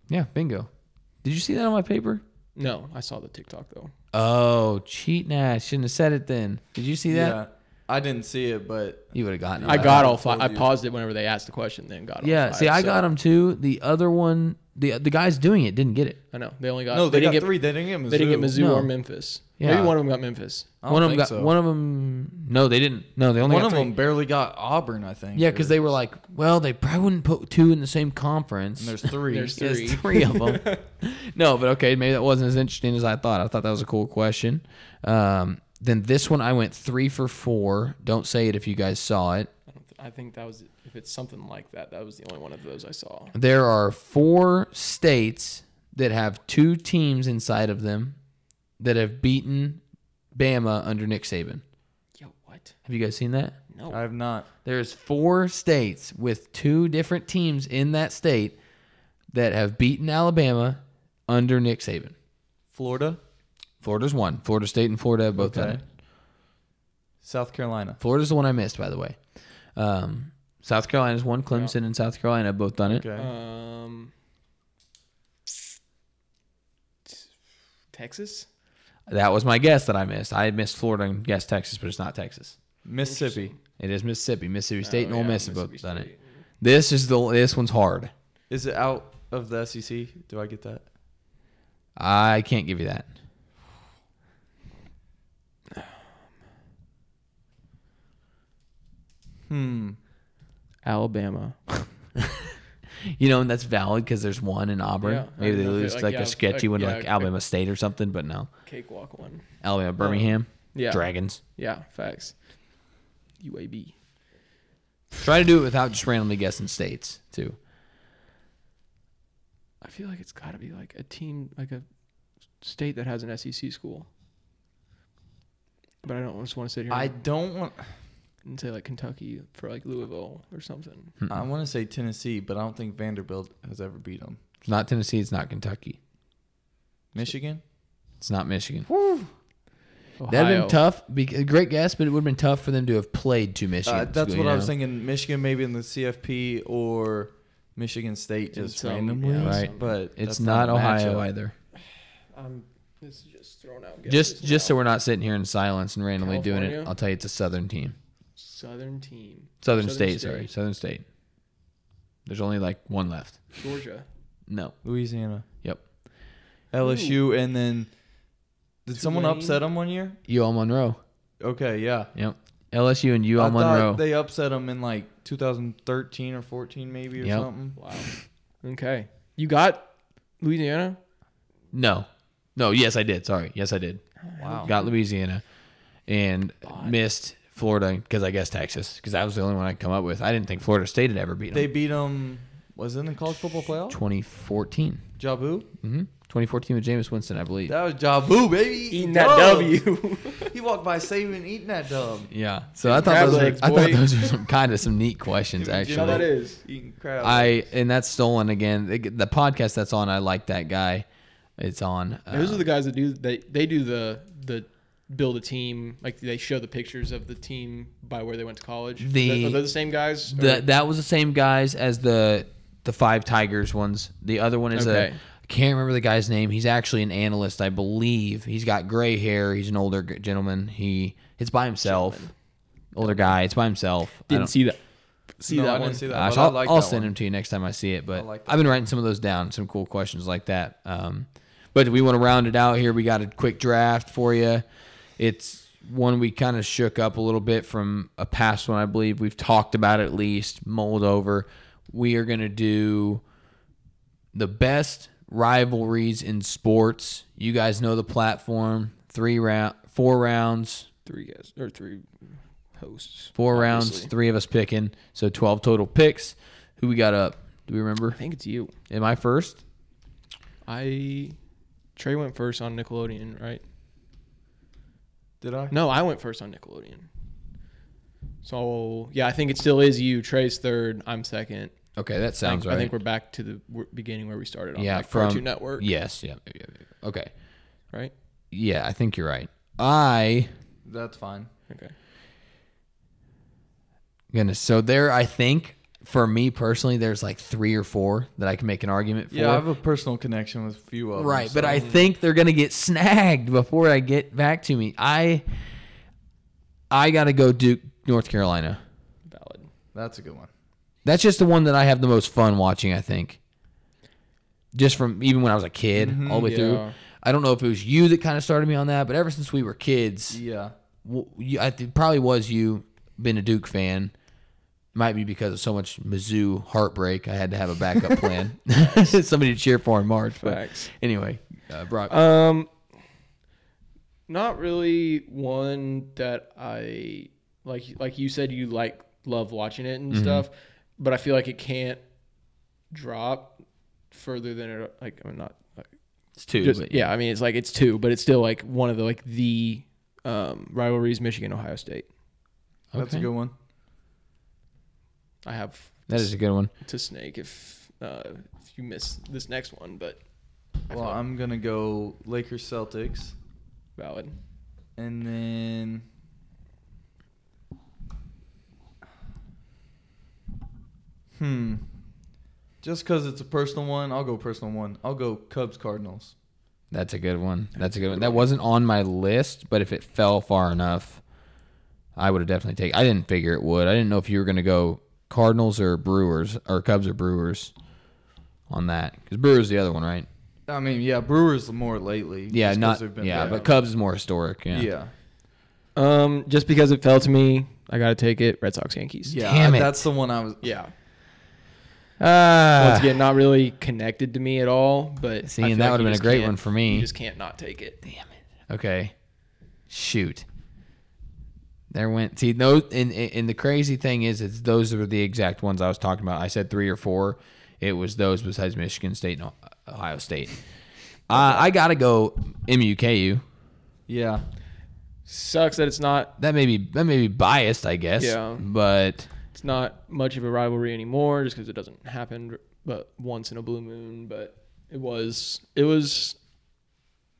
Speaker 3: Yeah, bingo. Did you see that on my paper?
Speaker 2: no i saw the tiktok though
Speaker 3: Oh, cheat Nash. Shouldn't have said it then. Did you see that?
Speaker 1: Yeah. I didn't see it, but
Speaker 3: You would have gotten it.
Speaker 2: i got all
Speaker 1: told
Speaker 2: five i
Speaker 1: you.
Speaker 2: paused it whenever they asked the question then got all
Speaker 3: Yeah,
Speaker 2: five,
Speaker 3: see, I
Speaker 2: so-
Speaker 3: got them too. The other one the the guys doing it didn't get it.
Speaker 2: I know they only got
Speaker 1: No, they,
Speaker 2: didn't
Speaker 1: got
Speaker 2: get
Speaker 1: three. They didn't get Mizzou.
Speaker 2: they didn't get Mizzou
Speaker 3: No.
Speaker 2: or Memphis.
Speaker 3: Yeah.
Speaker 2: Maybe one of them got Memphis.
Speaker 1: I don't
Speaker 3: one of them
Speaker 1: think
Speaker 3: got
Speaker 1: so.
Speaker 3: one of them. No, they didn't. No, they only
Speaker 1: One
Speaker 3: got
Speaker 1: of
Speaker 3: three.
Speaker 1: them barely got Auburn, I think.
Speaker 3: Yeah, because
Speaker 1: or-
Speaker 3: they were like, well, they probably wouldn't put two in the same conference.
Speaker 1: and there's three.
Speaker 2: There's
Speaker 3: Yeah,
Speaker 2: three.
Speaker 3: There's three of them. no, but okay, maybe that wasn't as interesting as I thought. I thought that was a cool question. Um, then this one, I went three for four. Don't say it if you guys saw it.
Speaker 2: I don't th- I think that was if it's something like that. That was the only one of those I saw.
Speaker 3: There are four states that have two teams inside of them that have beaten Bama under Nick Saban.
Speaker 2: Yo, what?
Speaker 3: Have you guys seen that?
Speaker 2: No.
Speaker 1: I have not.
Speaker 3: There's four states with two different teams in that state that have beaten Alabama under Nick Saban.
Speaker 1: Florida,
Speaker 3: Florida's one. Florida State and Florida have both done
Speaker 1: Okay.
Speaker 3: it.
Speaker 1: South Carolina.
Speaker 3: Florida's the one I missed, by the way. Um, South Carolina's one. Clemson and South Carolina have both done it.
Speaker 1: Okay.
Speaker 2: um. Texas.
Speaker 3: That was my guess that I missed. I had missed Florida and guessed Texas, but it's not Texas.
Speaker 1: Mississippi.
Speaker 3: It is Mississippi. Mississippi State and
Speaker 2: Oh,
Speaker 3: Ole
Speaker 2: yeah,
Speaker 3: Miss have both
Speaker 2: Mississippi
Speaker 3: done it.
Speaker 2: State.
Speaker 3: This is the this one's hard.
Speaker 1: Is it out of the SEC? Do I get that?
Speaker 3: I can't give you that.
Speaker 1: Hmm.
Speaker 2: Alabama.
Speaker 3: You know, and that's valid because there's one in Auburn.
Speaker 2: Yeah, I
Speaker 3: Maybe they
Speaker 2: know.
Speaker 3: lose
Speaker 2: Like,
Speaker 3: like
Speaker 2: yeah,
Speaker 3: a sketchy
Speaker 2: like,
Speaker 3: one,
Speaker 2: yeah,
Speaker 3: like
Speaker 2: okay.
Speaker 3: Alabama State or something. But no,
Speaker 2: Cakewalk one.
Speaker 3: Alabama Birmingham
Speaker 2: Yeah.
Speaker 3: Dragons.
Speaker 2: Yeah. Facts. UAB.
Speaker 3: Try to do it without just randomly guessing states too.
Speaker 2: I feel like it's got to be like a team, like a state that has an SEC school. But I don't just want to sit here
Speaker 1: I don't want.
Speaker 2: and say like Kentucky for like Louisville or something.
Speaker 1: I want to say Tennessee, but I don't think Vanderbilt has ever beat them.
Speaker 3: It's not Tennessee. It's not Kentucky.
Speaker 1: Michigan.
Speaker 3: It's not Michigan.
Speaker 2: Ohio.
Speaker 3: That'd have been tough. Be- great guess, but it would have been tough for them to have played to Michigan.
Speaker 1: Uh, that's what
Speaker 3: School, you
Speaker 1: I was
Speaker 3: know?
Speaker 1: thinking. Michigan maybe in the CFP or Michigan State
Speaker 2: In
Speaker 1: just
Speaker 2: some-
Speaker 1: randomly.
Speaker 2: yeah,
Speaker 3: Right.
Speaker 2: some-
Speaker 1: But
Speaker 3: It's
Speaker 1: that's
Speaker 3: not,
Speaker 1: a
Speaker 3: Ohio
Speaker 1: matchup.
Speaker 3: either.
Speaker 2: Um, this is just thrown out.
Speaker 3: Just just so we're not sitting here in silence and randomly doing it,
Speaker 2: California?
Speaker 3: I'll tell you it's a southern team.
Speaker 2: Southern team.
Speaker 3: Southern, state, sorry. Southern state. There's only like one left.
Speaker 2: Georgia.
Speaker 3: No.
Speaker 1: Louisiana.
Speaker 3: Yep.
Speaker 1: LSU, and then did someone
Speaker 2: Tulane?
Speaker 1: upset them one year?
Speaker 3: UL Monroe.
Speaker 1: Okay, yeah.
Speaker 3: Yep. LSU and UL
Speaker 1: I
Speaker 3: Monroe.
Speaker 1: thought they upset them in like 2013 or 14 maybe or
Speaker 3: Yep.
Speaker 1: something.
Speaker 2: Wow. okay. You got Louisiana.
Speaker 3: no. No, yes, I did. Sorry. Yes, I did.
Speaker 1: Wow.
Speaker 3: Got Louisiana and missed Florida because I guess Texas because that was the only one I could come up with. I didn't think Florida State had ever beaten
Speaker 1: They
Speaker 3: them.
Speaker 1: beat them. Was it in the college football playoff?
Speaker 3: 2014.
Speaker 1: Jabu.
Speaker 3: Mm-hmm. 2014 with Jameis Winston, I believe.
Speaker 1: That was Jabu, baby.
Speaker 2: Eating that
Speaker 1: Dub.
Speaker 2: W.
Speaker 1: he walked by saving, eating that dub.
Speaker 3: yeah. So I thought
Speaker 2: crab
Speaker 3: those were,
Speaker 2: legs,
Speaker 3: I thought
Speaker 2: boy.
Speaker 3: those were some kind of some neat questions actually.
Speaker 2: that is.
Speaker 1: Eating crab.
Speaker 3: I and that's stolen again. The, the podcast that's on, I like that guy. It's on. Uh,
Speaker 2: Those are the guys that do they they do the the build a team like they show the pictures of the team by where they went to college. Is that-
Speaker 3: The-
Speaker 2: are they the same guys? Or-
Speaker 3: the- that was the same guys as the the five Tigers ones. The other one is a.
Speaker 2: Okay.
Speaker 3: I can't remember the guy's name. He's actually an analyst, I believe. He's got gray hair. He's an older g- gentleman. He it's by himself. Older guy. It's by himself. I don't-
Speaker 2: didn't see that. See
Speaker 1: No, I
Speaker 2: that
Speaker 1: didn't
Speaker 2: one.
Speaker 1: see that.
Speaker 3: Gosh,
Speaker 1: but I
Speaker 3: I'll,
Speaker 1: like
Speaker 3: I'll
Speaker 1: that
Speaker 3: send
Speaker 1: one.
Speaker 3: them to you next time I see it. But
Speaker 1: like that
Speaker 3: I've been writing some of those down, some cool questions like that. Um, but we want to round it out here. We got a quick draft for you. It's one we kind of shook up a little bit from a past one, I believe. We've talked about it at least, mulled over. We are going to do the best rivalries in sports. You guys know the platform. Three round, four rounds,
Speaker 2: Three guys or three hosts.
Speaker 3: four rounds,
Speaker 2: obviously.
Speaker 3: three of us picking. So twelve total picks. Who we got up? Do we remember?
Speaker 2: I think it's you.
Speaker 3: Am I first?
Speaker 2: I Trey went first on Nickelodeon, right?
Speaker 1: Did I?
Speaker 2: No, I went first on Nickelodeon. So yeah, I think it still is you. Trey's third. I'm second.
Speaker 3: Okay, that sounds
Speaker 2: I think,
Speaker 3: right.
Speaker 2: I think we're back to the w- beginning where we started on
Speaker 3: yeah,
Speaker 2: like,
Speaker 3: from
Speaker 2: Cartoon Network,
Speaker 3: Yes, yeah, yeah, yeah. Okay,
Speaker 2: right?
Speaker 3: yeah, I think you're right. I
Speaker 1: That's fine.
Speaker 2: Okay.
Speaker 3: goodness. So there, I think for me personally, there's like three or four that I can make an argument for.
Speaker 1: Yeah, I have a personal connection with a few of them.
Speaker 3: right,
Speaker 1: so-
Speaker 3: but I think they're gonna get snagged before I get back to me. I I gotta go Duke, North Carolina.
Speaker 2: Valid.
Speaker 1: that's a good one.
Speaker 3: That's just the one that I have the most fun watching. I think just from even when I was a kid all the way
Speaker 2: yeah.
Speaker 3: through. I don't know if it was you that kind of started me on that, but ever since we were kids,
Speaker 1: Yeah.
Speaker 3: w- you, I think probably was you been a Duke fan. Might be because of so much Mizzou heartbreak, I had to have a backup plan, somebody to cheer for in March. But
Speaker 2: Facts.
Speaker 3: anyway, uh, Brock,
Speaker 2: Um, not really one that I like. Like you said, you like love watching it and
Speaker 3: Mm-hmm.
Speaker 2: stuff, but I feel like it can't drop further than it. Like I'm not. Like,
Speaker 3: it's two.
Speaker 2: just,
Speaker 3: but
Speaker 2: yeah, I mean it's like it's two, but it's still like one of the like the um, rivalries: Michigan, Ohio State.
Speaker 1: That's a
Speaker 3: Okay.
Speaker 1: good one.
Speaker 2: I have
Speaker 3: that is a good one.
Speaker 2: to snake if uh, if you miss this next one, but
Speaker 1: Well, I'm gonna go Lakers Celtics,
Speaker 2: valid.
Speaker 1: and then hmm, just because it's a personal one, I'll go personal one. I'll go Cubs Cardinals.
Speaker 3: That's a good one. That's a good one. That wasn't on my list, but if it fell far enough, I would have definitely taken. I didn't figure it would. I didn't know if you were going to go Cardinals or Brewers or Cubs or Brewers on that because Brewers the other one, right?
Speaker 1: I mean, yeah, Brewers more lately.
Speaker 3: Yeah,
Speaker 1: just 'cause
Speaker 3: not
Speaker 1: they've been
Speaker 3: yeah,
Speaker 1: down.
Speaker 3: but Cubs is more historic. Yeah.
Speaker 1: yeah,
Speaker 2: Um, just because it fell to me, I gotta take it. Red Sox, Yankees.
Speaker 1: yeah.
Speaker 3: Damn it.
Speaker 1: That's the one I was.
Speaker 2: Yeah.
Speaker 3: Ah,
Speaker 2: once again, not really connected to me at all. But
Speaker 3: See,
Speaker 2: I
Speaker 3: and
Speaker 2: feel
Speaker 3: that
Speaker 2: like
Speaker 3: would've
Speaker 2: you
Speaker 3: been a
Speaker 2: just
Speaker 3: great
Speaker 2: can't-
Speaker 3: one for me.
Speaker 2: You just can't not take it.
Speaker 3: damn it. Okay, shoot. There went see those and and the crazy thing is it's those are the exact ones I was talking about. I said three or four. It was those besides Michigan State and Ohio State. Uh, I gotta go MUKU.
Speaker 1: Yeah,
Speaker 2: Sucks that it's not
Speaker 3: That may be that may be biased, I guess.
Speaker 2: Yeah.
Speaker 3: But
Speaker 2: it's not much of a rivalry anymore, just because it doesn't happen. But once in a blue moon, but it was it was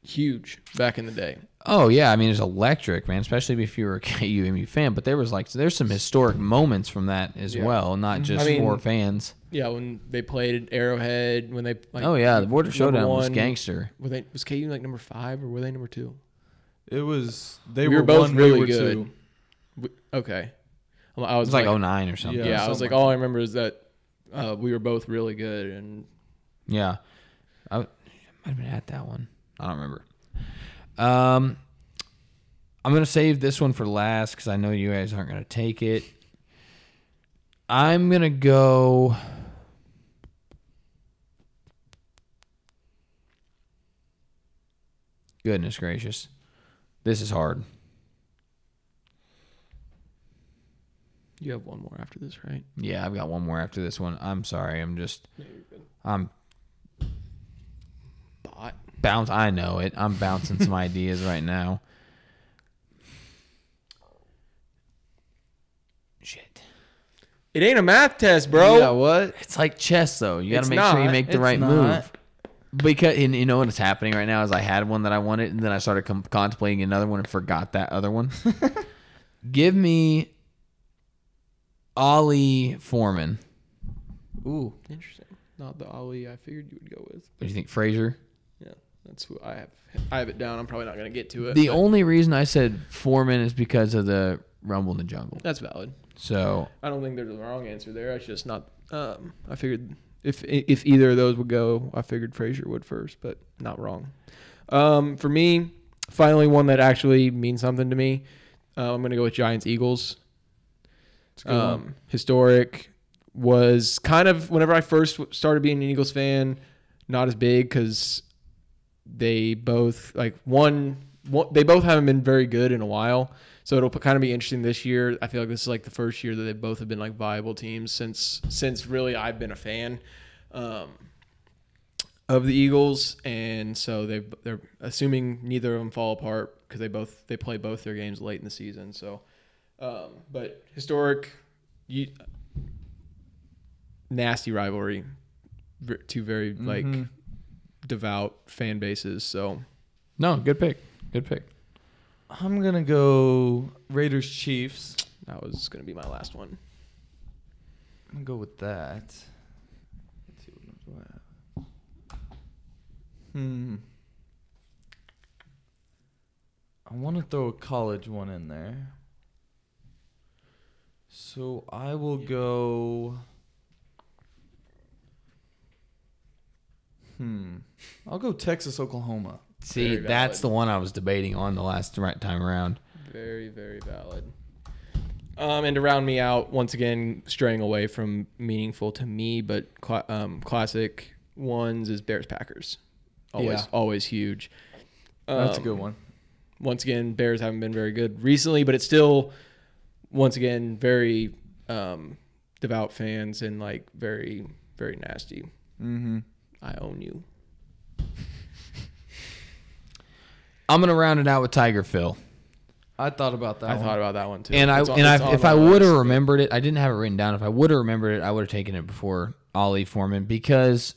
Speaker 2: huge back in the day.
Speaker 3: oh yeah, I mean it's electric, man. Especially if you were a KU MU fan. But there was like there's some historic moments from that as
Speaker 2: Yeah. Mm-hmm.
Speaker 3: well, not just
Speaker 2: mean-
Speaker 3: for fans.
Speaker 2: Yeah, when they played at Arrowhead, when they like,
Speaker 3: oh yeah, the Border
Speaker 2: number
Speaker 3: Showdown was
Speaker 2: one-
Speaker 3: gangster.
Speaker 2: Were they was KU like number five or were they number two?
Speaker 1: it was. They
Speaker 2: We
Speaker 1: were,
Speaker 2: were both
Speaker 1: one, we
Speaker 2: really
Speaker 1: were
Speaker 2: good.
Speaker 1: two.
Speaker 2: W okay, I'm- I was
Speaker 3: It's like 09 or something.
Speaker 2: yeah,
Speaker 1: Yeah,
Speaker 2: I was
Speaker 1: something
Speaker 2: like all I remember is that uh, we were both really good and
Speaker 3: Yeah. I, w- I might have been at that one. I don't remember. Um, I'm going to save this one for last because I know you guys aren't going to take it. I'm going to go. Goodness gracious. This is hard.
Speaker 2: You have one more after this, right?
Speaker 3: Yeah, I've got one more after this one. I'm sorry. I'm just. I'm
Speaker 2: Bot.
Speaker 3: bounce. I know it. I'm bouncing some ideas right now. Shit.
Speaker 2: It ain't a math test, bro.
Speaker 1: Yeah, what?
Speaker 3: It's like chess, though. You got
Speaker 2: It's
Speaker 3: to make sure you
Speaker 2: not.
Speaker 3: make the
Speaker 1: It's
Speaker 3: right
Speaker 1: not.
Speaker 3: move. Because and you know what's happening right now is I had one that I wanted, and then I started com- contemplating another one and forgot that other one. Give me Ollie Foreman.
Speaker 1: Ooh,
Speaker 2: Interesting. Not the Ali I figured you would go with.
Speaker 3: What do you think, Frazier?
Speaker 2: Yeah, that's who I have. I have it down. I'm probably not gonna get to it.
Speaker 3: The
Speaker 2: but
Speaker 3: only reason I said Foreman is because of the Rumble in the Jungle.
Speaker 2: that's valid.
Speaker 3: So
Speaker 2: I don't think there's a wrong answer there. I just not. Um, I figured if if either of those would go, I figured Frazier would first, but not wrong. Um, for me, finally one that actually means something to me. Uh, I'm gonna go with Giants Eagles.
Speaker 1: it's a good one.
Speaker 2: um, historic was kind of whenever I first w- started being an Eagles fan, not as big because they both like one, one they both haven't been very good in a while. So it'll kind of be interesting this year. I feel like this is like the first year that they both have been like viable teams since since really I've been a fan um, of the Eagles, and so they they're assuming neither of them fall apart because they both they play both their games late in the season. So, um, but historic, you, nasty rivalry, Ver- two very like devout fan bases. So
Speaker 3: no, good pick. Good pick.
Speaker 1: I'm gonna go Raiders Chiefs.
Speaker 2: that was gonna be my last one.
Speaker 1: I'm gonna go with that. Let's see what else do I have. Hmm. I want to throw a college one in there. So I will go. Hmm. I'll go Texas, Oklahoma.
Speaker 3: See,
Speaker 2: Very
Speaker 3: that's
Speaker 2: valid.
Speaker 3: the one I was debating on the last right time around.
Speaker 2: Very, very valid. Um, and to round me out, once again, straying away from meaningful to me, but cla um, classic ones is Bears Packers. Always,
Speaker 1: Yeah.
Speaker 2: always huge.
Speaker 1: That's
Speaker 2: Um,
Speaker 1: a good one.
Speaker 2: Once again, Bears haven't been very good recently, but it's still, once again, very um, devout fans and like very, very nasty.
Speaker 1: Mm-hmm.
Speaker 2: I own you.
Speaker 3: I'm gonna round it out with Tiger Phil,
Speaker 1: I thought about that.
Speaker 2: I
Speaker 1: one.
Speaker 2: thought about that one too.
Speaker 3: and I
Speaker 2: It's on-
Speaker 3: and
Speaker 2: it's
Speaker 3: I,
Speaker 2: on
Speaker 3: if
Speaker 2: my
Speaker 3: I would
Speaker 2: list.
Speaker 3: have remembered it, I didn't have it written down. If I would have remembered it, I would have taken it before Ollie Foreman because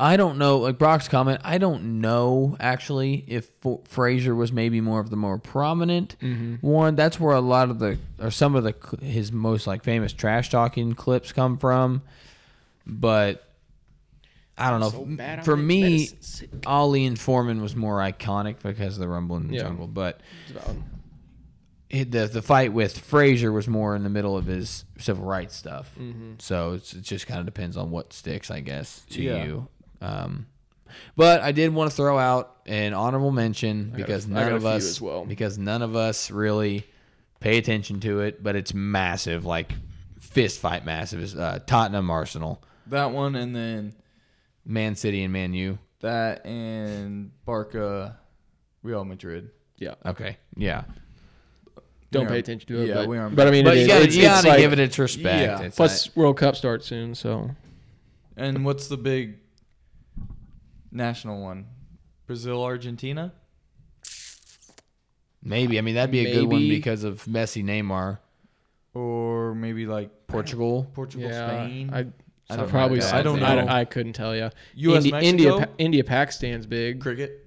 Speaker 3: I don't know. Like Brock's comment, I don't know actually if F- Frazier was maybe more of the more prominent
Speaker 2: Mm-hmm.
Speaker 3: one. That's where a lot of the or some of the cl- his most like famous trash talking clips come from, but. I don't know.
Speaker 2: so
Speaker 3: M-
Speaker 2: bad on
Speaker 3: For
Speaker 2: this
Speaker 3: me,
Speaker 2: medicine
Speaker 3: Ollie and Foreman was more iconic because of the Rumble in the
Speaker 2: Yeah.
Speaker 3: Jungle, but
Speaker 2: It's valid.
Speaker 3: it- the the fight with Frazier was more in the middle of his civil rights stuff.
Speaker 2: Mm-hmm.
Speaker 3: So it's, it just kind of depends on what sticks, I guess, to
Speaker 1: Yeah.
Speaker 3: you. Um, but I did want to throw out an honorable mention
Speaker 2: got a-
Speaker 3: because
Speaker 2: I got
Speaker 3: none
Speaker 2: a
Speaker 3: of
Speaker 2: few
Speaker 3: us
Speaker 2: as well.
Speaker 3: because none of us really pay attention to it, but it's massive, like fist fight massive. Is uh, Tottenham Arsenal,
Speaker 1: that one, and then
Speaker 3: Man City, and Man U.
Speaker 1: that and Barca, Real Madrid.
Speaker 2: Yeah.
Speaker 3: Okay, yeah.
Speaker 2: Don't
Speaker 1: We
Speaker 2: pay
Speaker 1: aren't-
Speaker 2: attention to it.
Speaker 1: yeah,
Speaker 2: but,
Speaker 1: we aren't-
Speaker 2: but I mean,
Speaker 3: But
Speaker 2: it
Speaker 3: you
Speaker 2: is-
Speaker 3: gotta,
Speaker 2: it's,
Speaker 3: you
Speaker 2: it's
Speaker 3: gotta
Speaker 2: like-
Speaker 3: give it its respect.
Speaker 1: yeah.
Speaker 3: It's
Speaker 2: Plus, World Cup starts soon, so
Speaker 1: And what's the big national one? Brazil, Argentina.
Speaker 3: Maybe. I mean, that'd be a good one
Speaker 2: Maybe.
Speaker 3: because of Messi, Neymar,
Speaker 1: or maybe like
Speaker 3: Portugal.
Speaker 1: Portugal,
Speaker 2: yeah,
Speaker 1: Spain.
Speaker 2: I, I
Speaker 3: Something
Speaker 2: probably.
Speaker 3: like that.
Speaker 2: I don't know.
Speaker 1: I don't know.
Speaker 2: I, couldn't tell you.
Speaker 1: U.S.
Speaker 2: Indi-
Speaker 1: Mexico,
Speaker 2: India, Pa- India, Pakistan's big,
Speaker 1: cricket.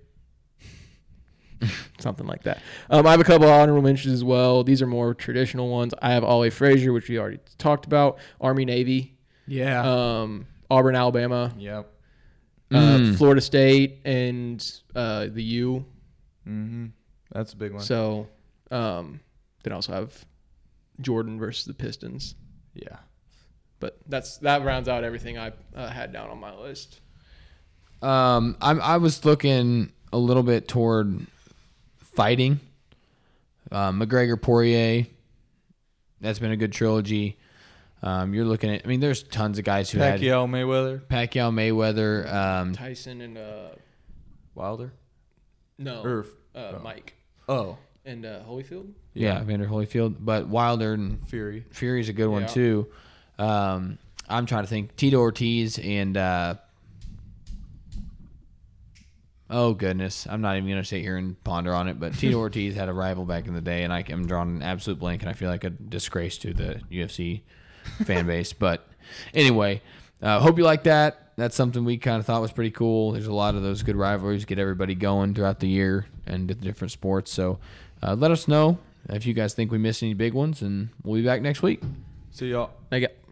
Speaker 2: something like that. Um, I have a couple of honorable mentions as well. These are more traditional ones. I have Ollie Frazier, which we already talked about. Army, Navy,
Speaker 1: Yeah.
Speaker 2: um, Auburn, Alabama,
Speaker 1: yep. Hmm.
Speaker 2: uh, Florida State, and uh, the U.
Speaker 1: Mm-hmm. That's a big one.
Speaker 2: So, um, then also have Jordan versus the Pistons.
Speaker 1: yeah.
Speaker 2: But that's that rounds out everything I uh, had down on my list.
Speaker 3: Um, I'm, I was looking a little bit toward fighting. Uh, McGregor Poirier. That's been a good trilogy. Um, you're looking at, I mean, there's tons of guys who had
Speaker 1: Pacquiao, Mayweather,
Speaker 3: Pacquiao Mayweather. Um,
Speaker 2: Tyson and uh,
Speaker 1: Wilder.
Speaker 2: no,
Speaker 1: Or-
Speaker 2: uh, Mike
Speaker 1: Oh,
Speaker 2: and uh, Holyfield.
Speaker 3: yeah, Vander Holyfield. But Wilder and
Speaker 1: Fury.
Speaker 3: Fury's a good one
Speaker 2: Yeah.
Speaker 3: too. Um, I'm trying to think. Tito Ortiz and uh, oh goodness, I'm not even gonna sit here and ponder on it. But Tito Ortiz had a rival back in the day, and I am drawing an absolute blank, and I feel like a disgrace to the UFC fan base. But anyway, uh, hope you like that. That's something we kind of thought was pretty cool. There's a lot of those good rivalries get everybody going throughout the year and the different sports. So uh, let us know if you guys think we missed any big ones, and we'll be back next week.
Speaker 1: See y'all.
Speaker 2: I got